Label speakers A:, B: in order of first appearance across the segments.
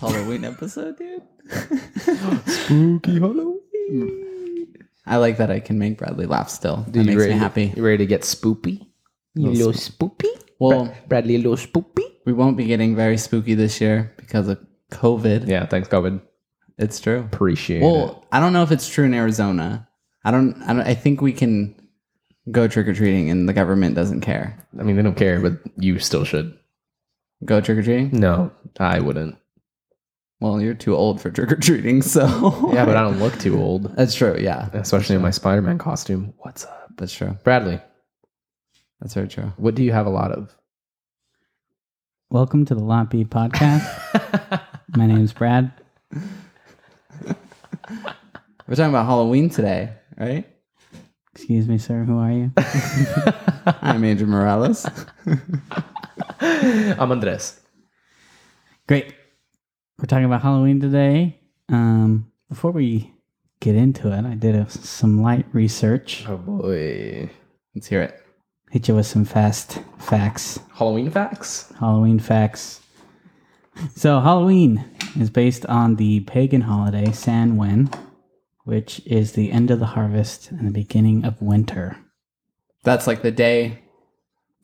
A: Halloween episode, dude.
B: Spooky Halloween.
A: I like that I can make Bradley laugh still.
B: Dude,
A: that
B: you
A: makes
B: ready
A: me
B: to-
A: happy.
B: you ready to get spoopy? You
A: Little
B: little spoopy?
A: Well-
B: Bra- Bradley, a little spoopy?
A: We won't be getting very spooky this year because of COVID.
B: Yeah, thanks, COVID.
A: It's true.
B: Appreciate it.
A: Well, I don't know if it's true in Arizona. I don't. I, don't, I think we can go trick or treating, and the government doesn't care.
B: I mean, they don't care, but you still should.
A: Go trick or treating.
B: No, I wouldn't.
A: Well, you're too old for trick or treating, so
B: Yeah, but I don't look too old,
A: That's true. Yeah,
B: especially in my Spider Man costume. What's up?
A: that's true.
B: Bradley,
A: That's very true.
B: what do you have a lot of?
C: Welcome to the Lot B podcast. My name's Brad.
A: We're talking about Halloween today, right?
C: Excuse me, sir. Who are you?
A: I'm Andrew Morales.
B: I'm Andres.
C: Great. We're talking about Halloween today. Um, before we get into it, I did a, some light research.
B: Oh boy.
A: Let's hear it.
C: Hit you with some fast facts,
B: Halloween facts?
C: Halloween facts. So, Halloween is based on the pagan holiday San Wen, which is the end of the harvest and the beginning of winter.
A: That's like the day.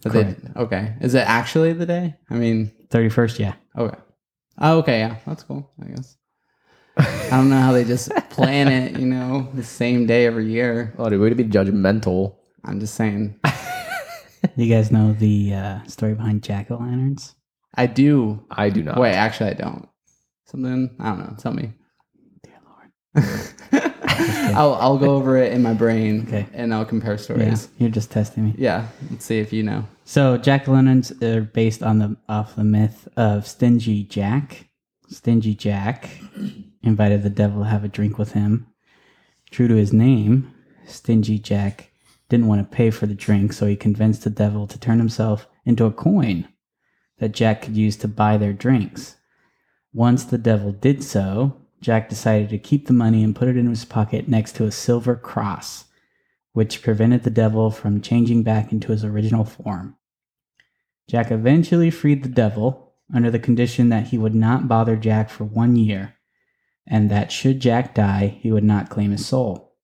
A: That they,
C: Correct.
A: okay. Is it actually the day? I mean,
C: 31st, yeah.
A: Okay. Oh, okay, yeah, that's cool. I guess. I don't know how they just plan it. You know, the same day every year.
B: Oh, dude, way to be judgmental.
A: I'm just saying.
C: You guys know the uh, story behind jack o' lanterns?
A: I do.
B: I do not.
A: Wait, actually, I don't. Something. I don't know. Tell me.
C: Dear Lord.
A: I'll I'll go over it in my brain.
C: Okay.
A: And I'll compare
C: Yeah,
A: stories.
C: you're just testing me.
A: Yeah. Let's see if you know.
C: So Jack Lennon's are based on the off the myth of Stingy Jack. Stingy Jack invited the devil to have a drink with him. True to his name, Stingy Jack didn't want to pay for the drink, so he convinced the devil to turn himself into a coin that Jack could use to buy their drinks. Once the devil did so, Jack decided to keep the money and put it in his pocket next to a silver cross which prevented the devil from changing back into his original form. Jack eventually freed the devil under the condition that he would not bother Jack for one year, and that should Jack die, he would not claim his soul.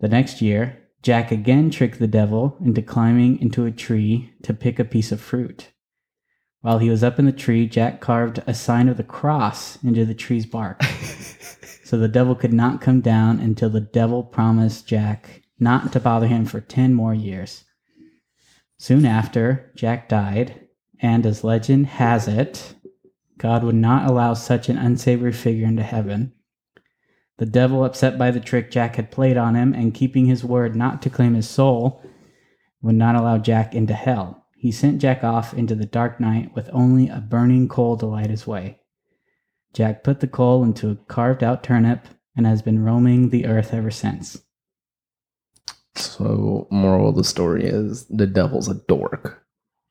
C: The next year, Jack again tricked the devil into climbing into a tree to pick a piece of fruit. While he was up in the tree, Jack carved a sign of the cross into the tree's bark. So the devil could not come down until the devil promised Jack not to bother him for 10 more years. Soon after, Jack died, and as legend has it, God would not allow such an unsavory figure into heaven. The devil, upset by the trick Jack had played on him and keeping his word not to claim his soul, would not allow Jack into hell. He sent Jack off into the dark night with only a burning coal to light his way. Jack put the coal into a carved out turnip and has been roaming the earth ever since.
B: So, moral of the story is the devil's a dork.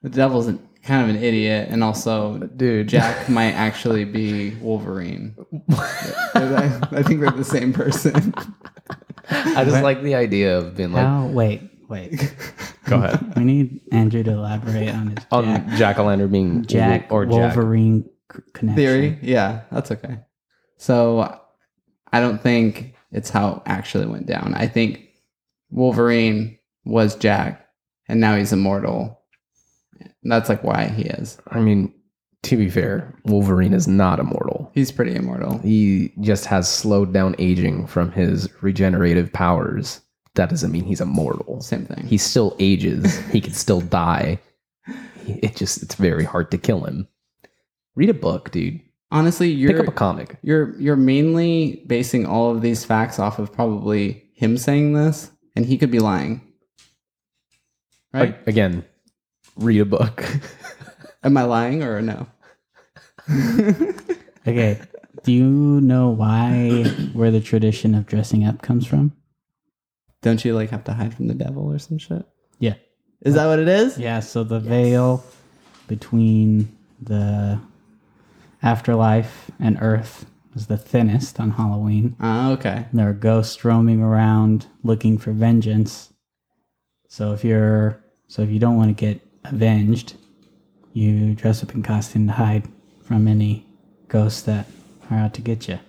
A: The devil's an, kind of an idiot, and also
B: Dude,
A: Jack might actually be Wolverine. I I think they're the same person.
B: I just like the idea of being like,
C: How? Wait, wait.
B: go ahead.
C: We need Andrew to elaborate on his
B: On
C: Jack,
B: Jack o' lantern being
C: Jack
B: or Jack.
C: Wolverine c- connection.
A: theory. Yeah, that's okay. So I don't think it's how it actually went down. I think Wolverine was Jack and now he's immortal. And that's like why he is.
B: I mean, to be fair, Wolverine is not immortal.
A: He's pretty immortal.
B: He just has slowed down aging from his regenerative powers. That doesn't mean he's immortal.
A: Same thing.
B: He still ages. he can still die. It just it's very hard to kill him. Read a book, dude.
A: Honestly,
B: Pick
A: you're
B: up a comic.
A: you're you're mainly basing all of these facts off of probably him saying this and he could be lying. Right?
B: Like, again, read a book.
A: Am I lying or no?
C: Okay. Do you know why where the tradition of dressing up comes from?
A: Don't you like have to hide from the devil or some shit?
C: Yeah.
A: Is that what it is?
C: Yeah, so the veil between the afterlife and earth was the thinnest on Halloween.
A: Ah, okay.
C: There are ghosts roaming around looking for vengeance. So if you're so if you don't want to get avenged, you dress up in costume to hide from any ghosts that are out to get you.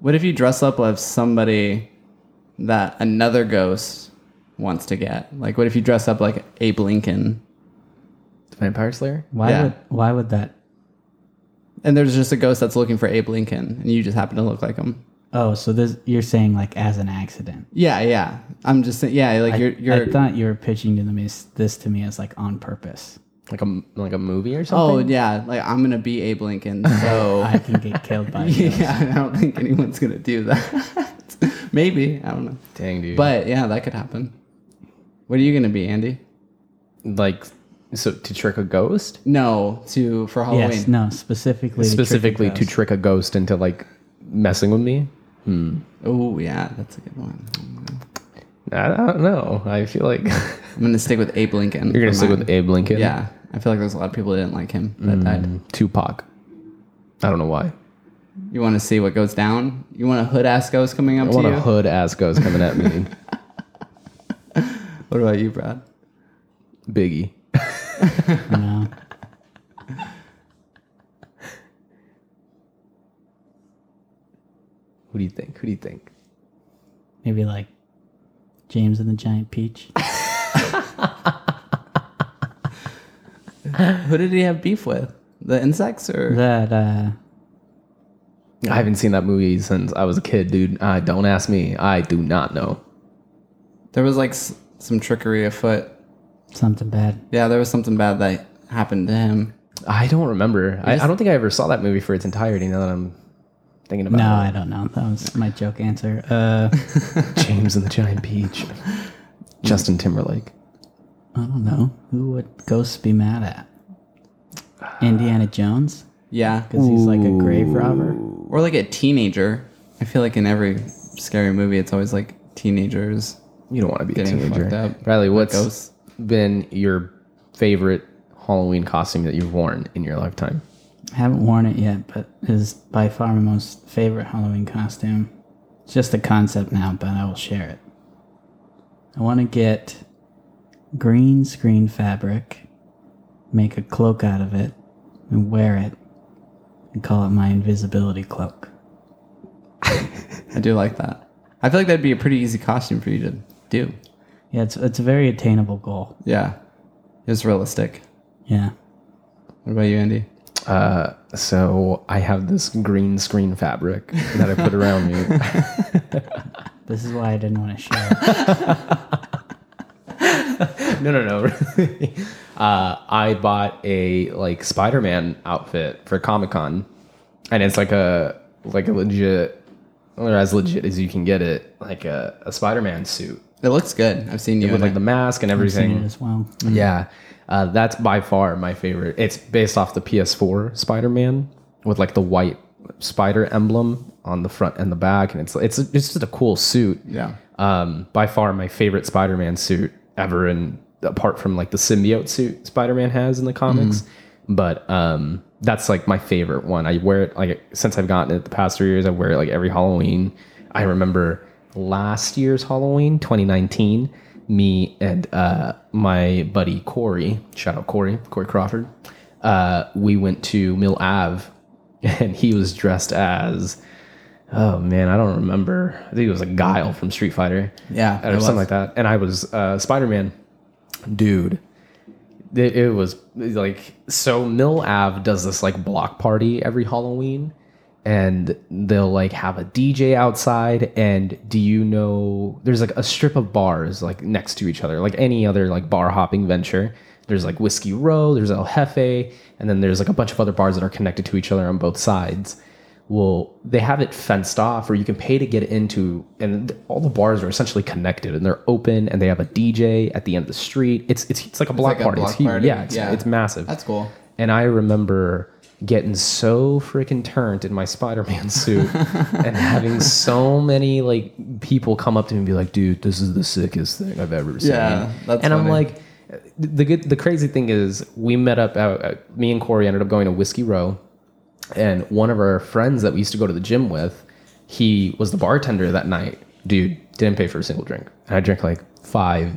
A: What if you dress up as somebody that another ghost wants to get? Like, what if you dress up like Abe Lincoln?
B: Vampire Slayer?
C: Why
A: Yeah.
C: would why would that?
A: And there's just a ghost that's looking for Abe Lincoln, and you just happen to look like him.
C: Oh, so this you're saying like as an accident.
A: Yeah, yeah. I'm just saying, yeah, like
C: I-
A: you're, you're.
C: I thought you were pitching to me as- this to me as like on purpose.
B: Like a like a movie or something?
A: oh yeah, like I'm gonna be Abe Lincoln, so
C: I can get killed by you.
A: yeah, I don't think anyone's gonna do that. Maybe I don't know,
B: Dang, dude.
A: but yeah, that could happen. What are you gonna be, Andy?
B: like, so to trick a ghost?
A: No, to for Halloween.
C: Yes, no, specifically to trick a
B: Specifically to
C: ghost.
B: trick a ghost into like messing with me?
A: Oh yeah, that's a good one.
B: I don't know. I feel like
A: I'm gonna stick with Abe Lincoln.
B: you're going to
A: for
B: stick
A: mine.
B: with Abe Lincoln.
A: Yeah, I feel like there's a lot of people that didn't like him that died.
B: Mm, Tupac. I don't know why.
A: You want to see what goes down? You want a hood ass ghost coming up
B: I
A: to
B: want
A: you?
B: a hood ass ghost coming at me.
A: What about you, Brad?
B: Biggie.
C: No.
B: Who do you think? Who do you think?
C: Maybe like James and the Giant Peach.
A: Who did he have beef with? The insects or
C: that uh
B: I haven't seen that movie since I was a kid, dude. Uh, don't ask me. I do not know.
A: there was like s- some trickery afoot.
C: something bad.
A: Yeah, there was something bad that happened to him.
B: I don't remember. I, I don't think I ever saw that movie for its entirety. Now that I'm thinking about
C: No,
B: it,
C: I don't know. That was my joke answer. Uh
B: James and the Giant Peach, Justin Timberlake.
C: I don't know. Who would ghosts be mad at? Indiana Jones?
A: Yeah,
C: Because he's like a grave robber.
A: or like a teenager. I feel like in every scary movie, it's always like teenagers.
B: You don't want to be
A: Getting
B: a
A: fucked
B: teenager,
A: up
B: Riley. What's
A: ghosts.
B: been your favorite Halloween costume that you've worn in your lifetime?
C: Haven't worn it yet, but is by far my most favorite Halloween costume. It's just a concept now, but I will share it. I want to get green screen fabric, make a cloak out of it, and wear it, and call it my invisibility cloak.
A: I do like that. I feel like that'd be a pretty easy costume for you to do.
C: Yeah, it's, it's a very attainable goal.
A: Yeah, it's realistic.
C: Yeah.
A: What about you, Andy?
B: Uh, so I have this green screen fabric that I put around me.
C: This is why I didn't want to share it.
B: no, no, no. really. uh, I bought a like Spider-Man outfit for Comic Con, and it's like a like a legit, or as legit as you can get it, like a, a Spider-Man suit
A: It looks good. I've seen you.
B: with
A: in
B: like
A: like
B: the mask and
C: Seen it
B: everything.
C: as well.
B: Yeah, uh, that's by far my favorite. It's based off the PS4 Spider-Man with like the white spider emblem on the front and the back, and it's it's it's just a cool suit
A: yeah.
B: um, by far my favorite Spider-Man suit ever, and apart from like the symbiote suit Spider-Man has in the comics, but um, that's like my favorite one. I wear it like since I've gotten it the past three years. I wear it like every Halloween. I remember last year's Halloween, 2019. Me and uh, my buddy Corey, shout out Corey, Corey Crawford. Uh, we went to Mill Ave, and he was dressed as Oh man, I don't remember. I think it was a Guile from Street Fighter.
A: Yeah,
B: or
A: it was.
B: something like that. And I was uh, Spider Man, dude. It, it was like so. Mill Ave does this like block party every Halloween, and they'll like have a DJ outside. And do you know there's like a strip of bars like next to each other, like any other like bar hopping venture. There's like Whiskey Row, there's El Jefe, and then there's like a bunch of other bars that are connected to each other on both sides well they have it fenced off or you can pay to get into and th- all the bars are essentially connected and they're open and they have a dj at the end of the street it's it's, it's like a block
A: like a
B: party
A: block
B: it's huge
A: party.
B: yeah it's,
A: Yeah.
B: it's massive
A: That's cool.
B: and i remember getting so freaking turned in my spider-man suit and having so many like people come up to me and be like dude this is the sickest thing i've ever seen
A: Yeah, that's
B: and i'm
A: funny.
B: like the good the crazy thing is we met up uh, uh, me and corey ended up going to whiskey row and one of our friends that we used to go to the gym with, he was the bartender that night. Dude didn't pay for a single drink, and I drank like five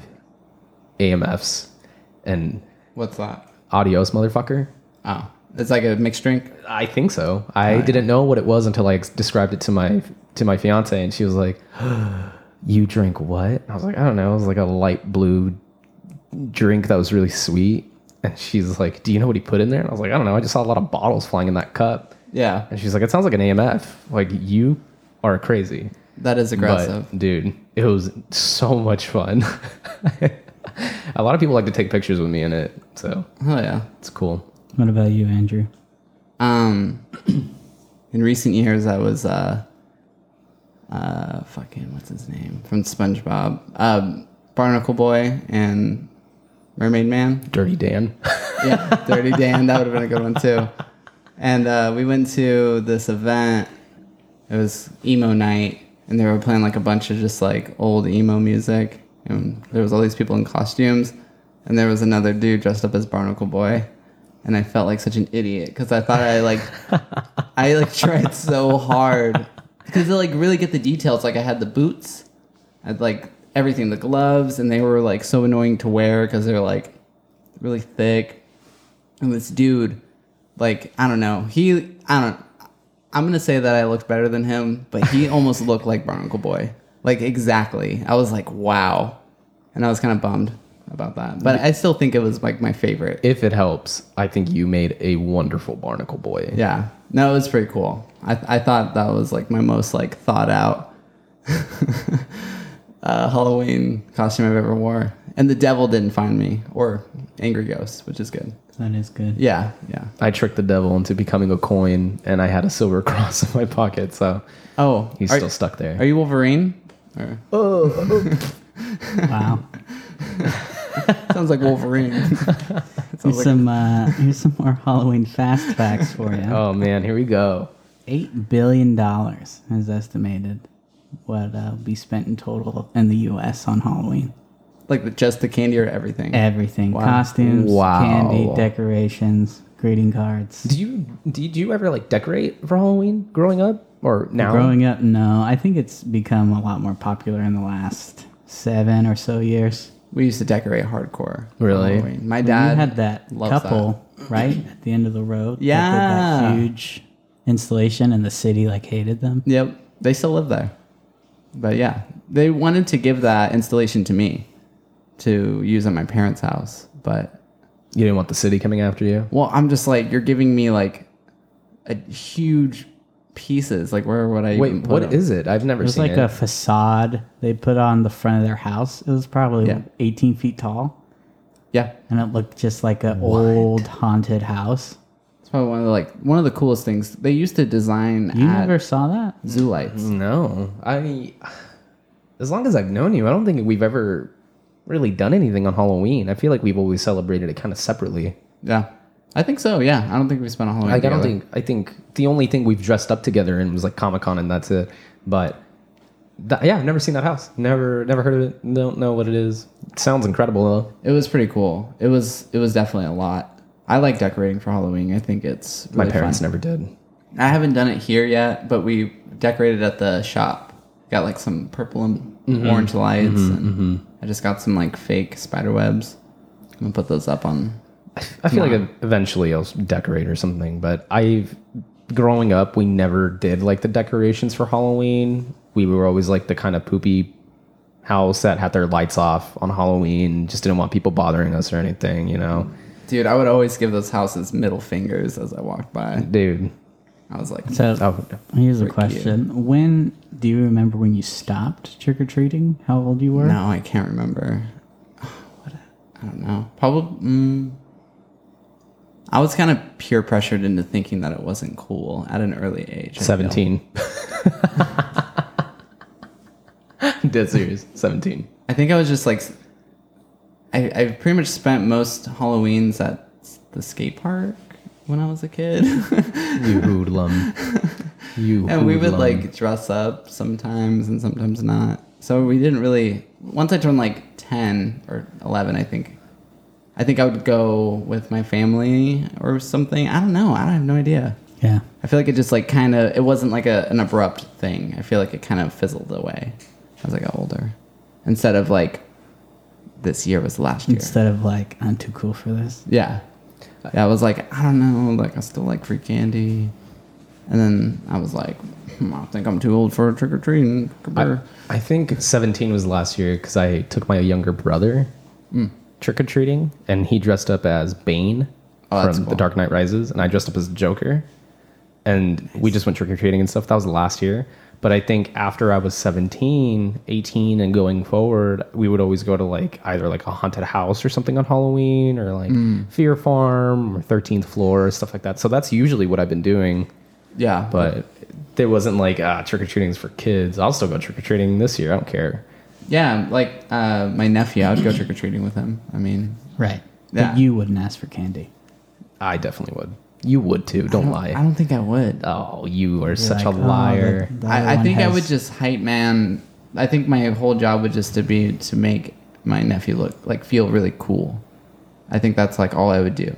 B: AMFs and
A: What's that?
B: adios, motherfucker.
A: Oh, It's like a mixed drink.
B: I think so. I didn't know what it was until I ex- described it to my to my fiance, and she was like, "You drink what?" I was like, "I don't know." It was like a light blue drink that was really sweet, and she's like, "Do you know what he put in there?" And I was like, "I don't know. I just saw a lot of bottles flying in that cup."
A: Yeah,
B: And she's like, "It sounds like an AMF. Like you are crazy."
A: that is aggressive.
B: But dude, it was so much fun. a lot of people like to take pictures with me in it, so
A: oh yeah.
B: it's cool.
C: What about you, Andrew?
A: Um, in recent years, I was uh, uh, fucking what's his name from SpongeBob, um, Barnacle Boy and Mermaid Man.
B: Dirty Dan.
A: yeah, Dirty Dan. That would have been a good one too. And uh, we went to this event. It was emo night, and they were playing like a bunch of just like old emo music. And there was all these people in costumes, and there was another dude dressed up as Barnacle Boy. And I felt like such an idiot because I thought I like, I like tried so hard because to like really get the details. Like I had the boots, I had like everything, the gloves, and they were like so annoying to wear because they were like really thick. And this dude, like, I don't know. He, I don't, I'm going to say that I looked better than him, but he almost looked like Barnacle Boy. Like, exactly. I was like, wow. And I was kind of bummed about that. But I still think it was like my favorite.
B: if it helps, I think you made a wonderful barnacle boy.
A: Yeah. No, it was pretty cool. I, I thought that was like my most like thought out uh, Halloween costume I've ever wore. And the devil didn't find me or angry ghost, which is good.
C: That is good.
A: Yeah. Yeah.
B: I tricked the devil into becoming a coin, and I had a silver cross in my pocket, so
A: Oh,
B: he's
A: are-
B: still stuck
A: Are
B: there.
A: you Wolverine? Or,
C: Wow.
A: sounds like Wolverine.
C: here's some uh, here's some more Halloween fast facts for you.
B: oh man, here we go.
C: Eight billion dollars is estimated what uh, will be spent in total in the U.S. on Halloween.
A: like the, just the candy or everything.
C: Everything, costumes,
B: Wow.
C: candy, decorations, greeting cards.
B: Did you did you ever like decorate for Halloween growing up or now?
C: Growing up, no. I think it's become a lot more popular in the last seven or so years.
A: we used to decorate hardcore. for
B: Really?
A: Halloween. My
C: You
A: dad
C: had that
A: loves
C: couple right at the end of the road. that did
A: Yeah.
C: that huge installation, and the city like hated them.
A: Yep. They still live there. But yeah, they wanted to give that installation to me to use at my parents' house. But
B: You didn't want the city coming after you.
A: well, I'm just like you're giving me like a huge pieces. Like where would I even
B: Wait,
A: put
B: what is
A: 'em?
B: it? I've never
C: It was
B: seen
C: like
B: it.
C: a facade they put on the front of their house. It was probably
A: Yeah.
C: 18 feet tall,
A: Yeah,
C: and it looked just like an old haunted house.
A: it's probably one of the like one of the coolest things they used to design
C: You
A: at
C: never saw that?
A: zoo lights.
B: no, I. As long as I've known you, I don't think we've ever really done anything on Halloween. I feel like we've always celebrated it kind of separately.
A: Yeah, I think so. Yeah, I don't think we spent a whole.
B: Like, I don't think I think the only thing we've dressed up together in was like Comic Con, and that's it. But that, yeah, I've never seen that house. Never, never heard of it. Don't know what it is. It sounds incredible though.
A: It was pretty cool. It was it was definitely a lot. I like decorating for Halloween. I think it's
B: My
A: really
B: parents
A: fun.
B: never did.
A: I haven't done it here yet, but we decorated at the shop. Got like some purple and orange lights, and I just got some like fake spider webs. I'm gonna put those up on.
B: I feel like eventually I'll decorate or something. But I've growing up, we never did like the decorations for Halloween. We were always like the kind of poopy house that had their lights off on Halloween. Just didn't want people bothering us or anything, you know.
A: Dude, I would always give those houses middle fingers as I walked by.
B: Dude,
A: I was like,
C: So
B: oh,
C: here's a question: When do you remember when you stopped trick or treating? How old you were?
A: no, I can't remember. What? I don't know. Probably. Mm, I was kind of peer pressured into thinking that it wasn't cool at an early age. I feel.
B: seventeen. Dead serious, seventeen.
A: I think I was just like, I, I pretty much spent most Halloweens at the skate park when I was a kid.
B: You hoodlum. You
A: and we would
B: hoodlum.
A: like dress up sometimes and sometimes not. So we didn't really, once I turned like 10 or 11, I think, I think I would go with my family or something. I don't know. I have no idea.
C: Yeah.
A: I feel like it just like kind of, it wasn't like a, an abrupt thing. I feel like it kind of fizzled away as I got older. Instead of like, this year was last year.
C: Instead of like, I'm too cool for this.
A: Yeah. I was like, I don't know, like I still like free candy, and then I was like, hmm, I think I'm too old for a trick or treating.
B: I, I think 17 was last year because I took my younger brother
A: Hmm.
B: trick or treating, and he dressed up as Bane
A: Oh, that's
B: from
A: cool.
B: The Dark Knight Rises, and I dressed up as Joker, and we just went trick or treating and stuff. That was last year. But I think after I was 17, 18, and going forward, we would always go to like either like a haunted house or something on Halloween or like
A: Hmm.
B: Fear Farm or 13th floor or stuff like that. So that's usually what I've been doing
A: Yeah,
B: but there wasn't like ah, trick or treating's for kids. I'll still go trick or treating this year. I don't care.
A: yeah, like uh, my nephew, I'd go trick or treating with him. I mean,
C: Right.
A: Yeah.
C: But you wouldn't ask for candy.
B: I definitely would. You would too. Don't, lie.
A: I don't think I would.
B: oh, you are such
C: like,
B: a
C: "Oh, the-
B: liar.
C: the other
A: I, I
C: one
A: think I
C: has-
A: would just hype man. I think my whole job would just to be to make my nephew look like feel really cool. I think that's like all I would do.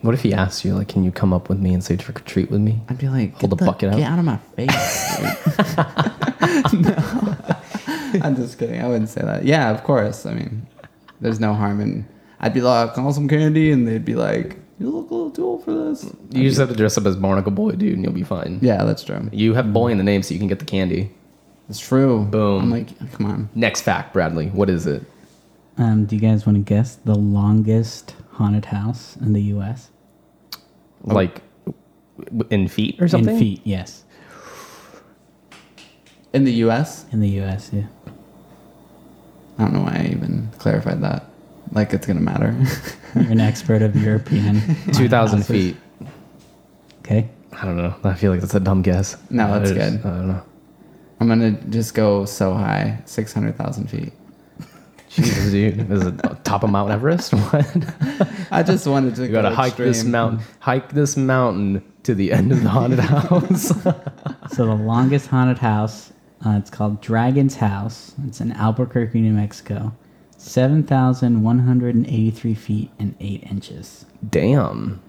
B: what if he asks you like, can you come up with me and say trick or treat with me?
A: I'd be like,
B: Hold
A: get
B: the bucket out.
A: Get out of my face. dude." no, I'm just kidding. I wouldn't say that. Yeah, of course. I mean, there's no harm in. I'd be like, I want some candy, and they'd be like, you look a little too old for this.
B: You just have to dress up as Barnacle Boy, dude, and you'll be fine.
A: Yeah, that's true.
B: You have boy in the name, so you can get the candy.
A: It's true.
B: Boom.
A: I'm like, come on.
B: Next fact, Bradley. What is it?
C: Um, do you guys want to guess the longest haunted house in the U.S.?
A: Oh.
B: Like w- in feet or something?
C: In feet, yes.
A: In the U.S.,
C: In the U.S., yeah.
A: I don't know why I even clarified that. Like, it's gonna matter.
C: You're an expert of European. haunted
B: Two thousand
C: houses.
B: feet.
C: Okay.
B: I don't know. I feel like that's a dumb guess.
A: No,
B: I
A: that's
B: just-
A: good.
B: I don't know.
A: I'm gonna just go so high, six hundred thousand feet.
B: Jesus, dude, is it top of Mount Everest? What?
A: I just wanted to
B: You gotta
A: go
B: hike this
A: extreme.
B: mountain, hike this mountain to the end of the haunted house.
C: So the longest haunted house, uh, it's called Dragon's House. It's in Albuquerque, New Mexico. 7,183 feet and 8 inches.
B: Damn,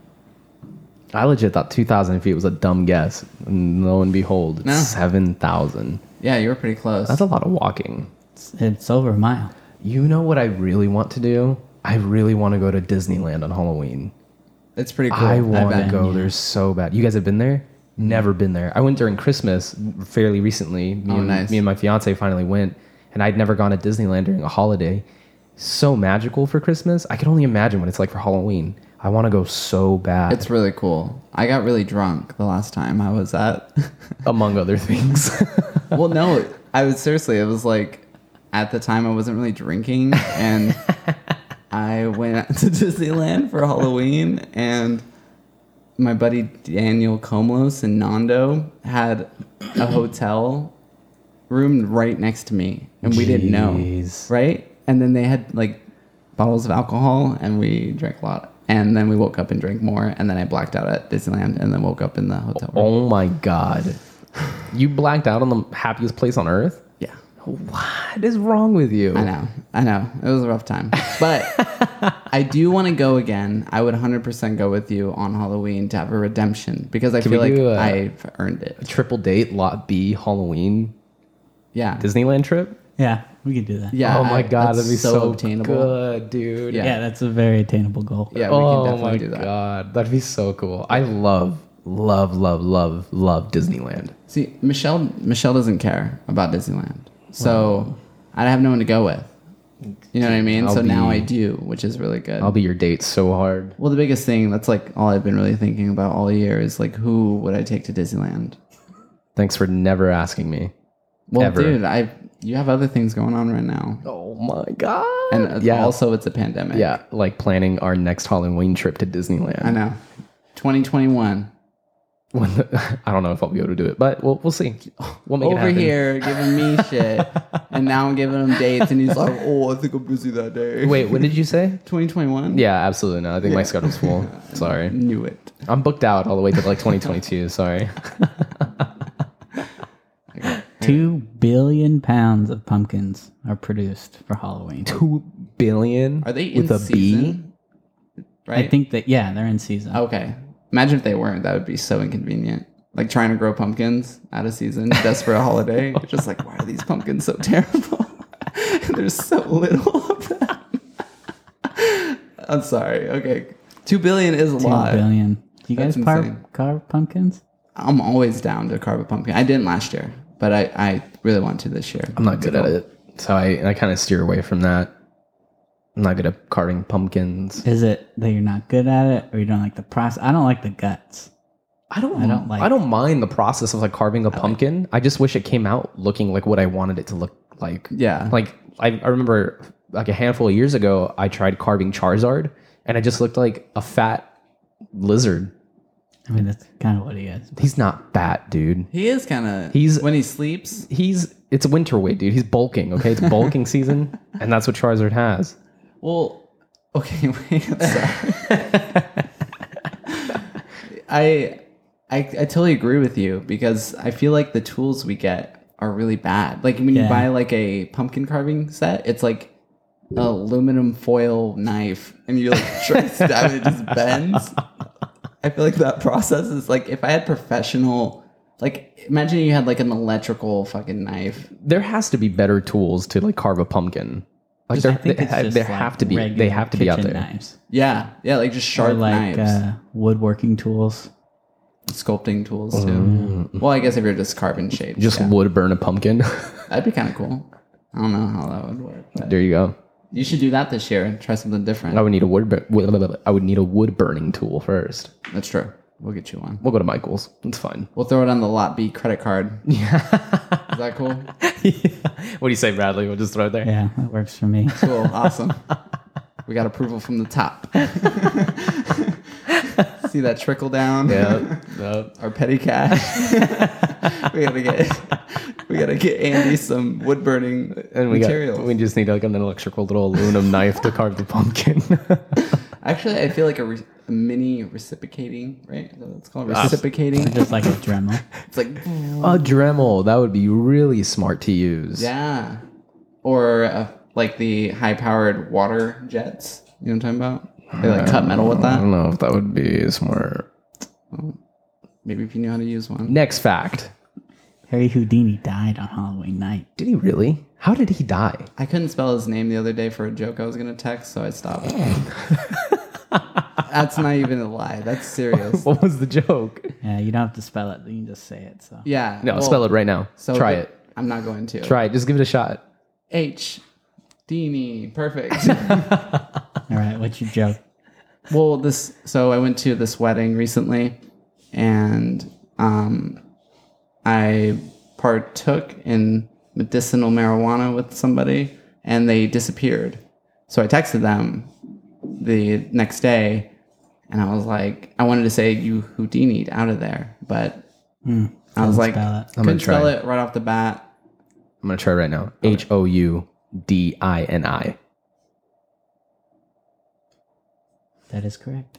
B: I legit thought two thousand feet was a dumb guess. And lo and behold, it's
A: No.
B: seven thousand.
A: Yeah, you were pretty close.
B: That's a lot of walking.
C: It's, it's over a mile.
B: You know what I really want to do? I really want to go to Disneyland on Halloween.
A: it's pretty cool.
B: I
A: I
B: want to
A: bet.
B: go
C: yeah.
B: there so bad. You guys have been there? Never been there. I went during Christmas fairly recently. Me,
A: Oh,
B: and,
A: nice.
B: me and my fiance finally went, and I'd never gone to Disneyland during a holiday. So magical for Christmas. I can only imagine what it's like for Halloween. I want to go so bad,
A: It's really cool. I got really drunk the last time I was at.
B: among other things.
A: well, no, I was seriously. It was like at the time I wasn't really drinking, and I went to Disneyland for Halloween, and my buddy Daniel Komlos and Nando had a hotel room right next to me, and we didn't know,
B: Jeez.
A: right? And then they had like bottles of alcohol, and we drank a lot. And then we woke up and drank more, and then I blacked out at Disneyland, and then woke up in the hotel room.
B: oh my God. You blacked out on the happiest place on earth?
A: Yeah.
B: What is wrong with you?
A: I know. I know. It was a rough time. But I do want to go again. I would 100% go with you on Halloween to have a redemption because I
B: Can
A: feel
B: we
A: like
B: do a-
A: I've earned it.
B: Triple date, lot B, Halloween,
A: Yeah.
B: Disneyland trip?
C: Yeah, we could do that.
A: yeah.
B: oh my
A: I-
B: god,
A: that's
B: that'd be so, good, dude.
A: Yeah.
C: Yeah, that's a very attainable goal.
A: Yeah, we
B: oh
A: can definitely
B: my
A: do that.
B: god, that'd be so cool. I love, love, love, love, love Disneyland.
A: See, Michelle Michelle doesn't care about Disneyland. So I'd have no one to go with. You know what I mean?
B: I'll
A: so now
B: be-
A: I do, which is really good.
B: I'll be your date so hard.
A: well, the biggest thing that's like all I've been really thinking about all year is like who would I take to Disneyland?
B: Thanks for never asking me.
A: Well,
B: Ever.
A: dude, I you have other things going on right now.
B: Oh my god.
A: And uh,
B: yeah,
A: also, it's a pandemic.
B: yeah, like planning our next Halloween trip to
A: I
B: Disneyland.
A: know. 2021.
B: When the- I don't know if I'll be able to do it, but we'll we'll see. We'll make it
A: Over
B: happen.
A: here giving me shit. And now I'm giving him dates, and he's like, oh, I think I'm busy that day.
B: Wait, what did you say?
A: 2021?
B: Yeah, absolutely not. I think my schedule's full. Sorry.
A: Knew it.
B: I'm booked out all the way to like 2022. Sorry.
C: Two billion pounds of pumpkins are produced for Halloween.
B: Two billion.
A: Are they in
B: with a B?
A: season? Right?
C: I think that, yeah, they're in season.
A: Okay. Imagine if they weren't. That would be so inconvenient. Like trying to grow pumpkins out of season just for a holiday. You're just like, why are these pumpkins so terrible? There's so little of them. I'm sorry. Okay. Two billion is a
C: Two
A: lot.
C: billion. Do you
A: That's
C: guys carve,
A: insane.
C: carve pumpkins?
A: I'm always down to carve a pumpkin. I didn't last year, but I, I really want to this year.
B: I'm not good at it, so I I kind of steer away from that. I'm not good at carting pumpkins.
C: Is it that you're not good at it, or you don't like the process? I don't like the guts.
B: I don't.
C: I don't like-
B: I don't mind the process of like carving a pumpkin. I just wish it came out looking like what I wanted it to look like.
A: Yeah.
B: Like I, I remember like a handful of years ago, I tried carving Charizard, and it just looked like a fat lizard.
C: I mean, that's kind of what he is.
B: He's not fat, dude.
A: he is kind of.
B: He's-
A: when he sleeps.
B: He's it's winter weight, dude. He's bulking. Okay, it's bulking season, and that's what Charizard has.
A: Well, okay. Wait, I'm sorry. I, I I totally agree with you because I feel like the tools we get are really bad. Like when you
C: Yeah.
A: buy like a pumpkin carving set, it's like an aluminum foil knife, and you like try to stab it, it just bends. I feel like that process is like if I had professional, like imagine you had like an electrical fucking knife.
B: There has to be better tools to like carve a pumpkin. Like there,
C: I think
B: they,
C: it's just
B: there
C: like
B: have to be. They
C: regular
B: have to be out
C: kitchen
B: there.
C: Knives,
A: Yeah, yeah, like just
C: or
A: sharp
C: like
A: knives.
C: uh, woodworking tools.
A: sculpting tools too. Well, I guess if you're just carving shapes,
B: Mm. Just
A: yeah.
B: wood burn a pumpkin.
A: that'd be kind of cool. I don't know how that would work. But
B: there you go.
A: you should do that this year and try something different.
B: I would need a wood. bur- wood- blah, blah, blah. I would need a wood burning tool first.
A: That's true. We'll get you one.
B: We'll go to Michael's. It's fine.
A: We'll throw it on the lot B credit card. Yeah, is that cool?
B: What do you say, Bradley? We'll just throw it there.
C: Yeah, that works for me.
A: Cool, awesome. We got approval from the top. See that trickle down?
B: Yeah. Nope.
A: Our petty cash. we gotta get. We gotta get Andy some wood burning
B: And we
A: materials.
B: got. We just need like an electrical little aluminum knife to carve the pumpkin.
A: Actually, I feel like a, re- a mini reciprocating, right? Is that what It's called reciprocating.
C: Just like a Dremel.
A: It's like,
B: a Dremel. That would be really smart to use.
A: yeah. Or uh, like the high powered water jets. You know what I'm talking about? They like cut metal with
B: I
A: that.
B: don't know if that would be smart.
A: Maybe if you knew how to use one.
B: Next fact.
C: Harry Houdini died on Halloween night.
B: Did he really? How did he die?
A: I couldn't spell his name the other day for a joke I was going to text, so I stopped. That's not even a lie. That's serious.
B: What was the joke?
C: Yeah, you don't have to spell it. You can just say it. So
A: Yeah.
B: No, spell it right now. Try it.
A: I'm not going to.
B: Try it. Just give it a shot.
A: H. Dini. Perfect.
C: all right, what's your joke?
A: well this so i went to this wedding recently and um i partook in medicinal marijuana with somebody and they disappeared so i texted them the next day and i was like i wanted to say you houdini'd out of there but i was like
C: Hmm.
B: I'm
C: spell it.
B: gonna
A: couldn't spell
B: try.
A: it right off the bat
B: I'm gonna try right now. H O U D I N I.
C: That is correct.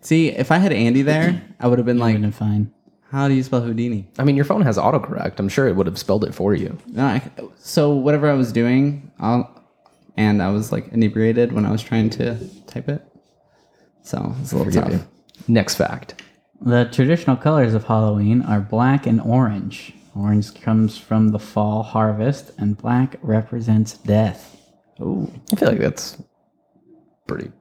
A: see if i had andy there i would have been like
C: Good and fine.
A: how do you spell houdini
B: I mean, your phone has autocorrect. I'm sure it would have spelled it for you.
A: No, I, so whatever I was doing, I'll, and I was like inebriated when I was trying to type it. So it's a little tough.
B: Next fact.
C: The traditional colors of Halloween are black and orange. Orange comes from the fall harvest, and black represents death.
A: Ooh.
B: I feel like that's pretty,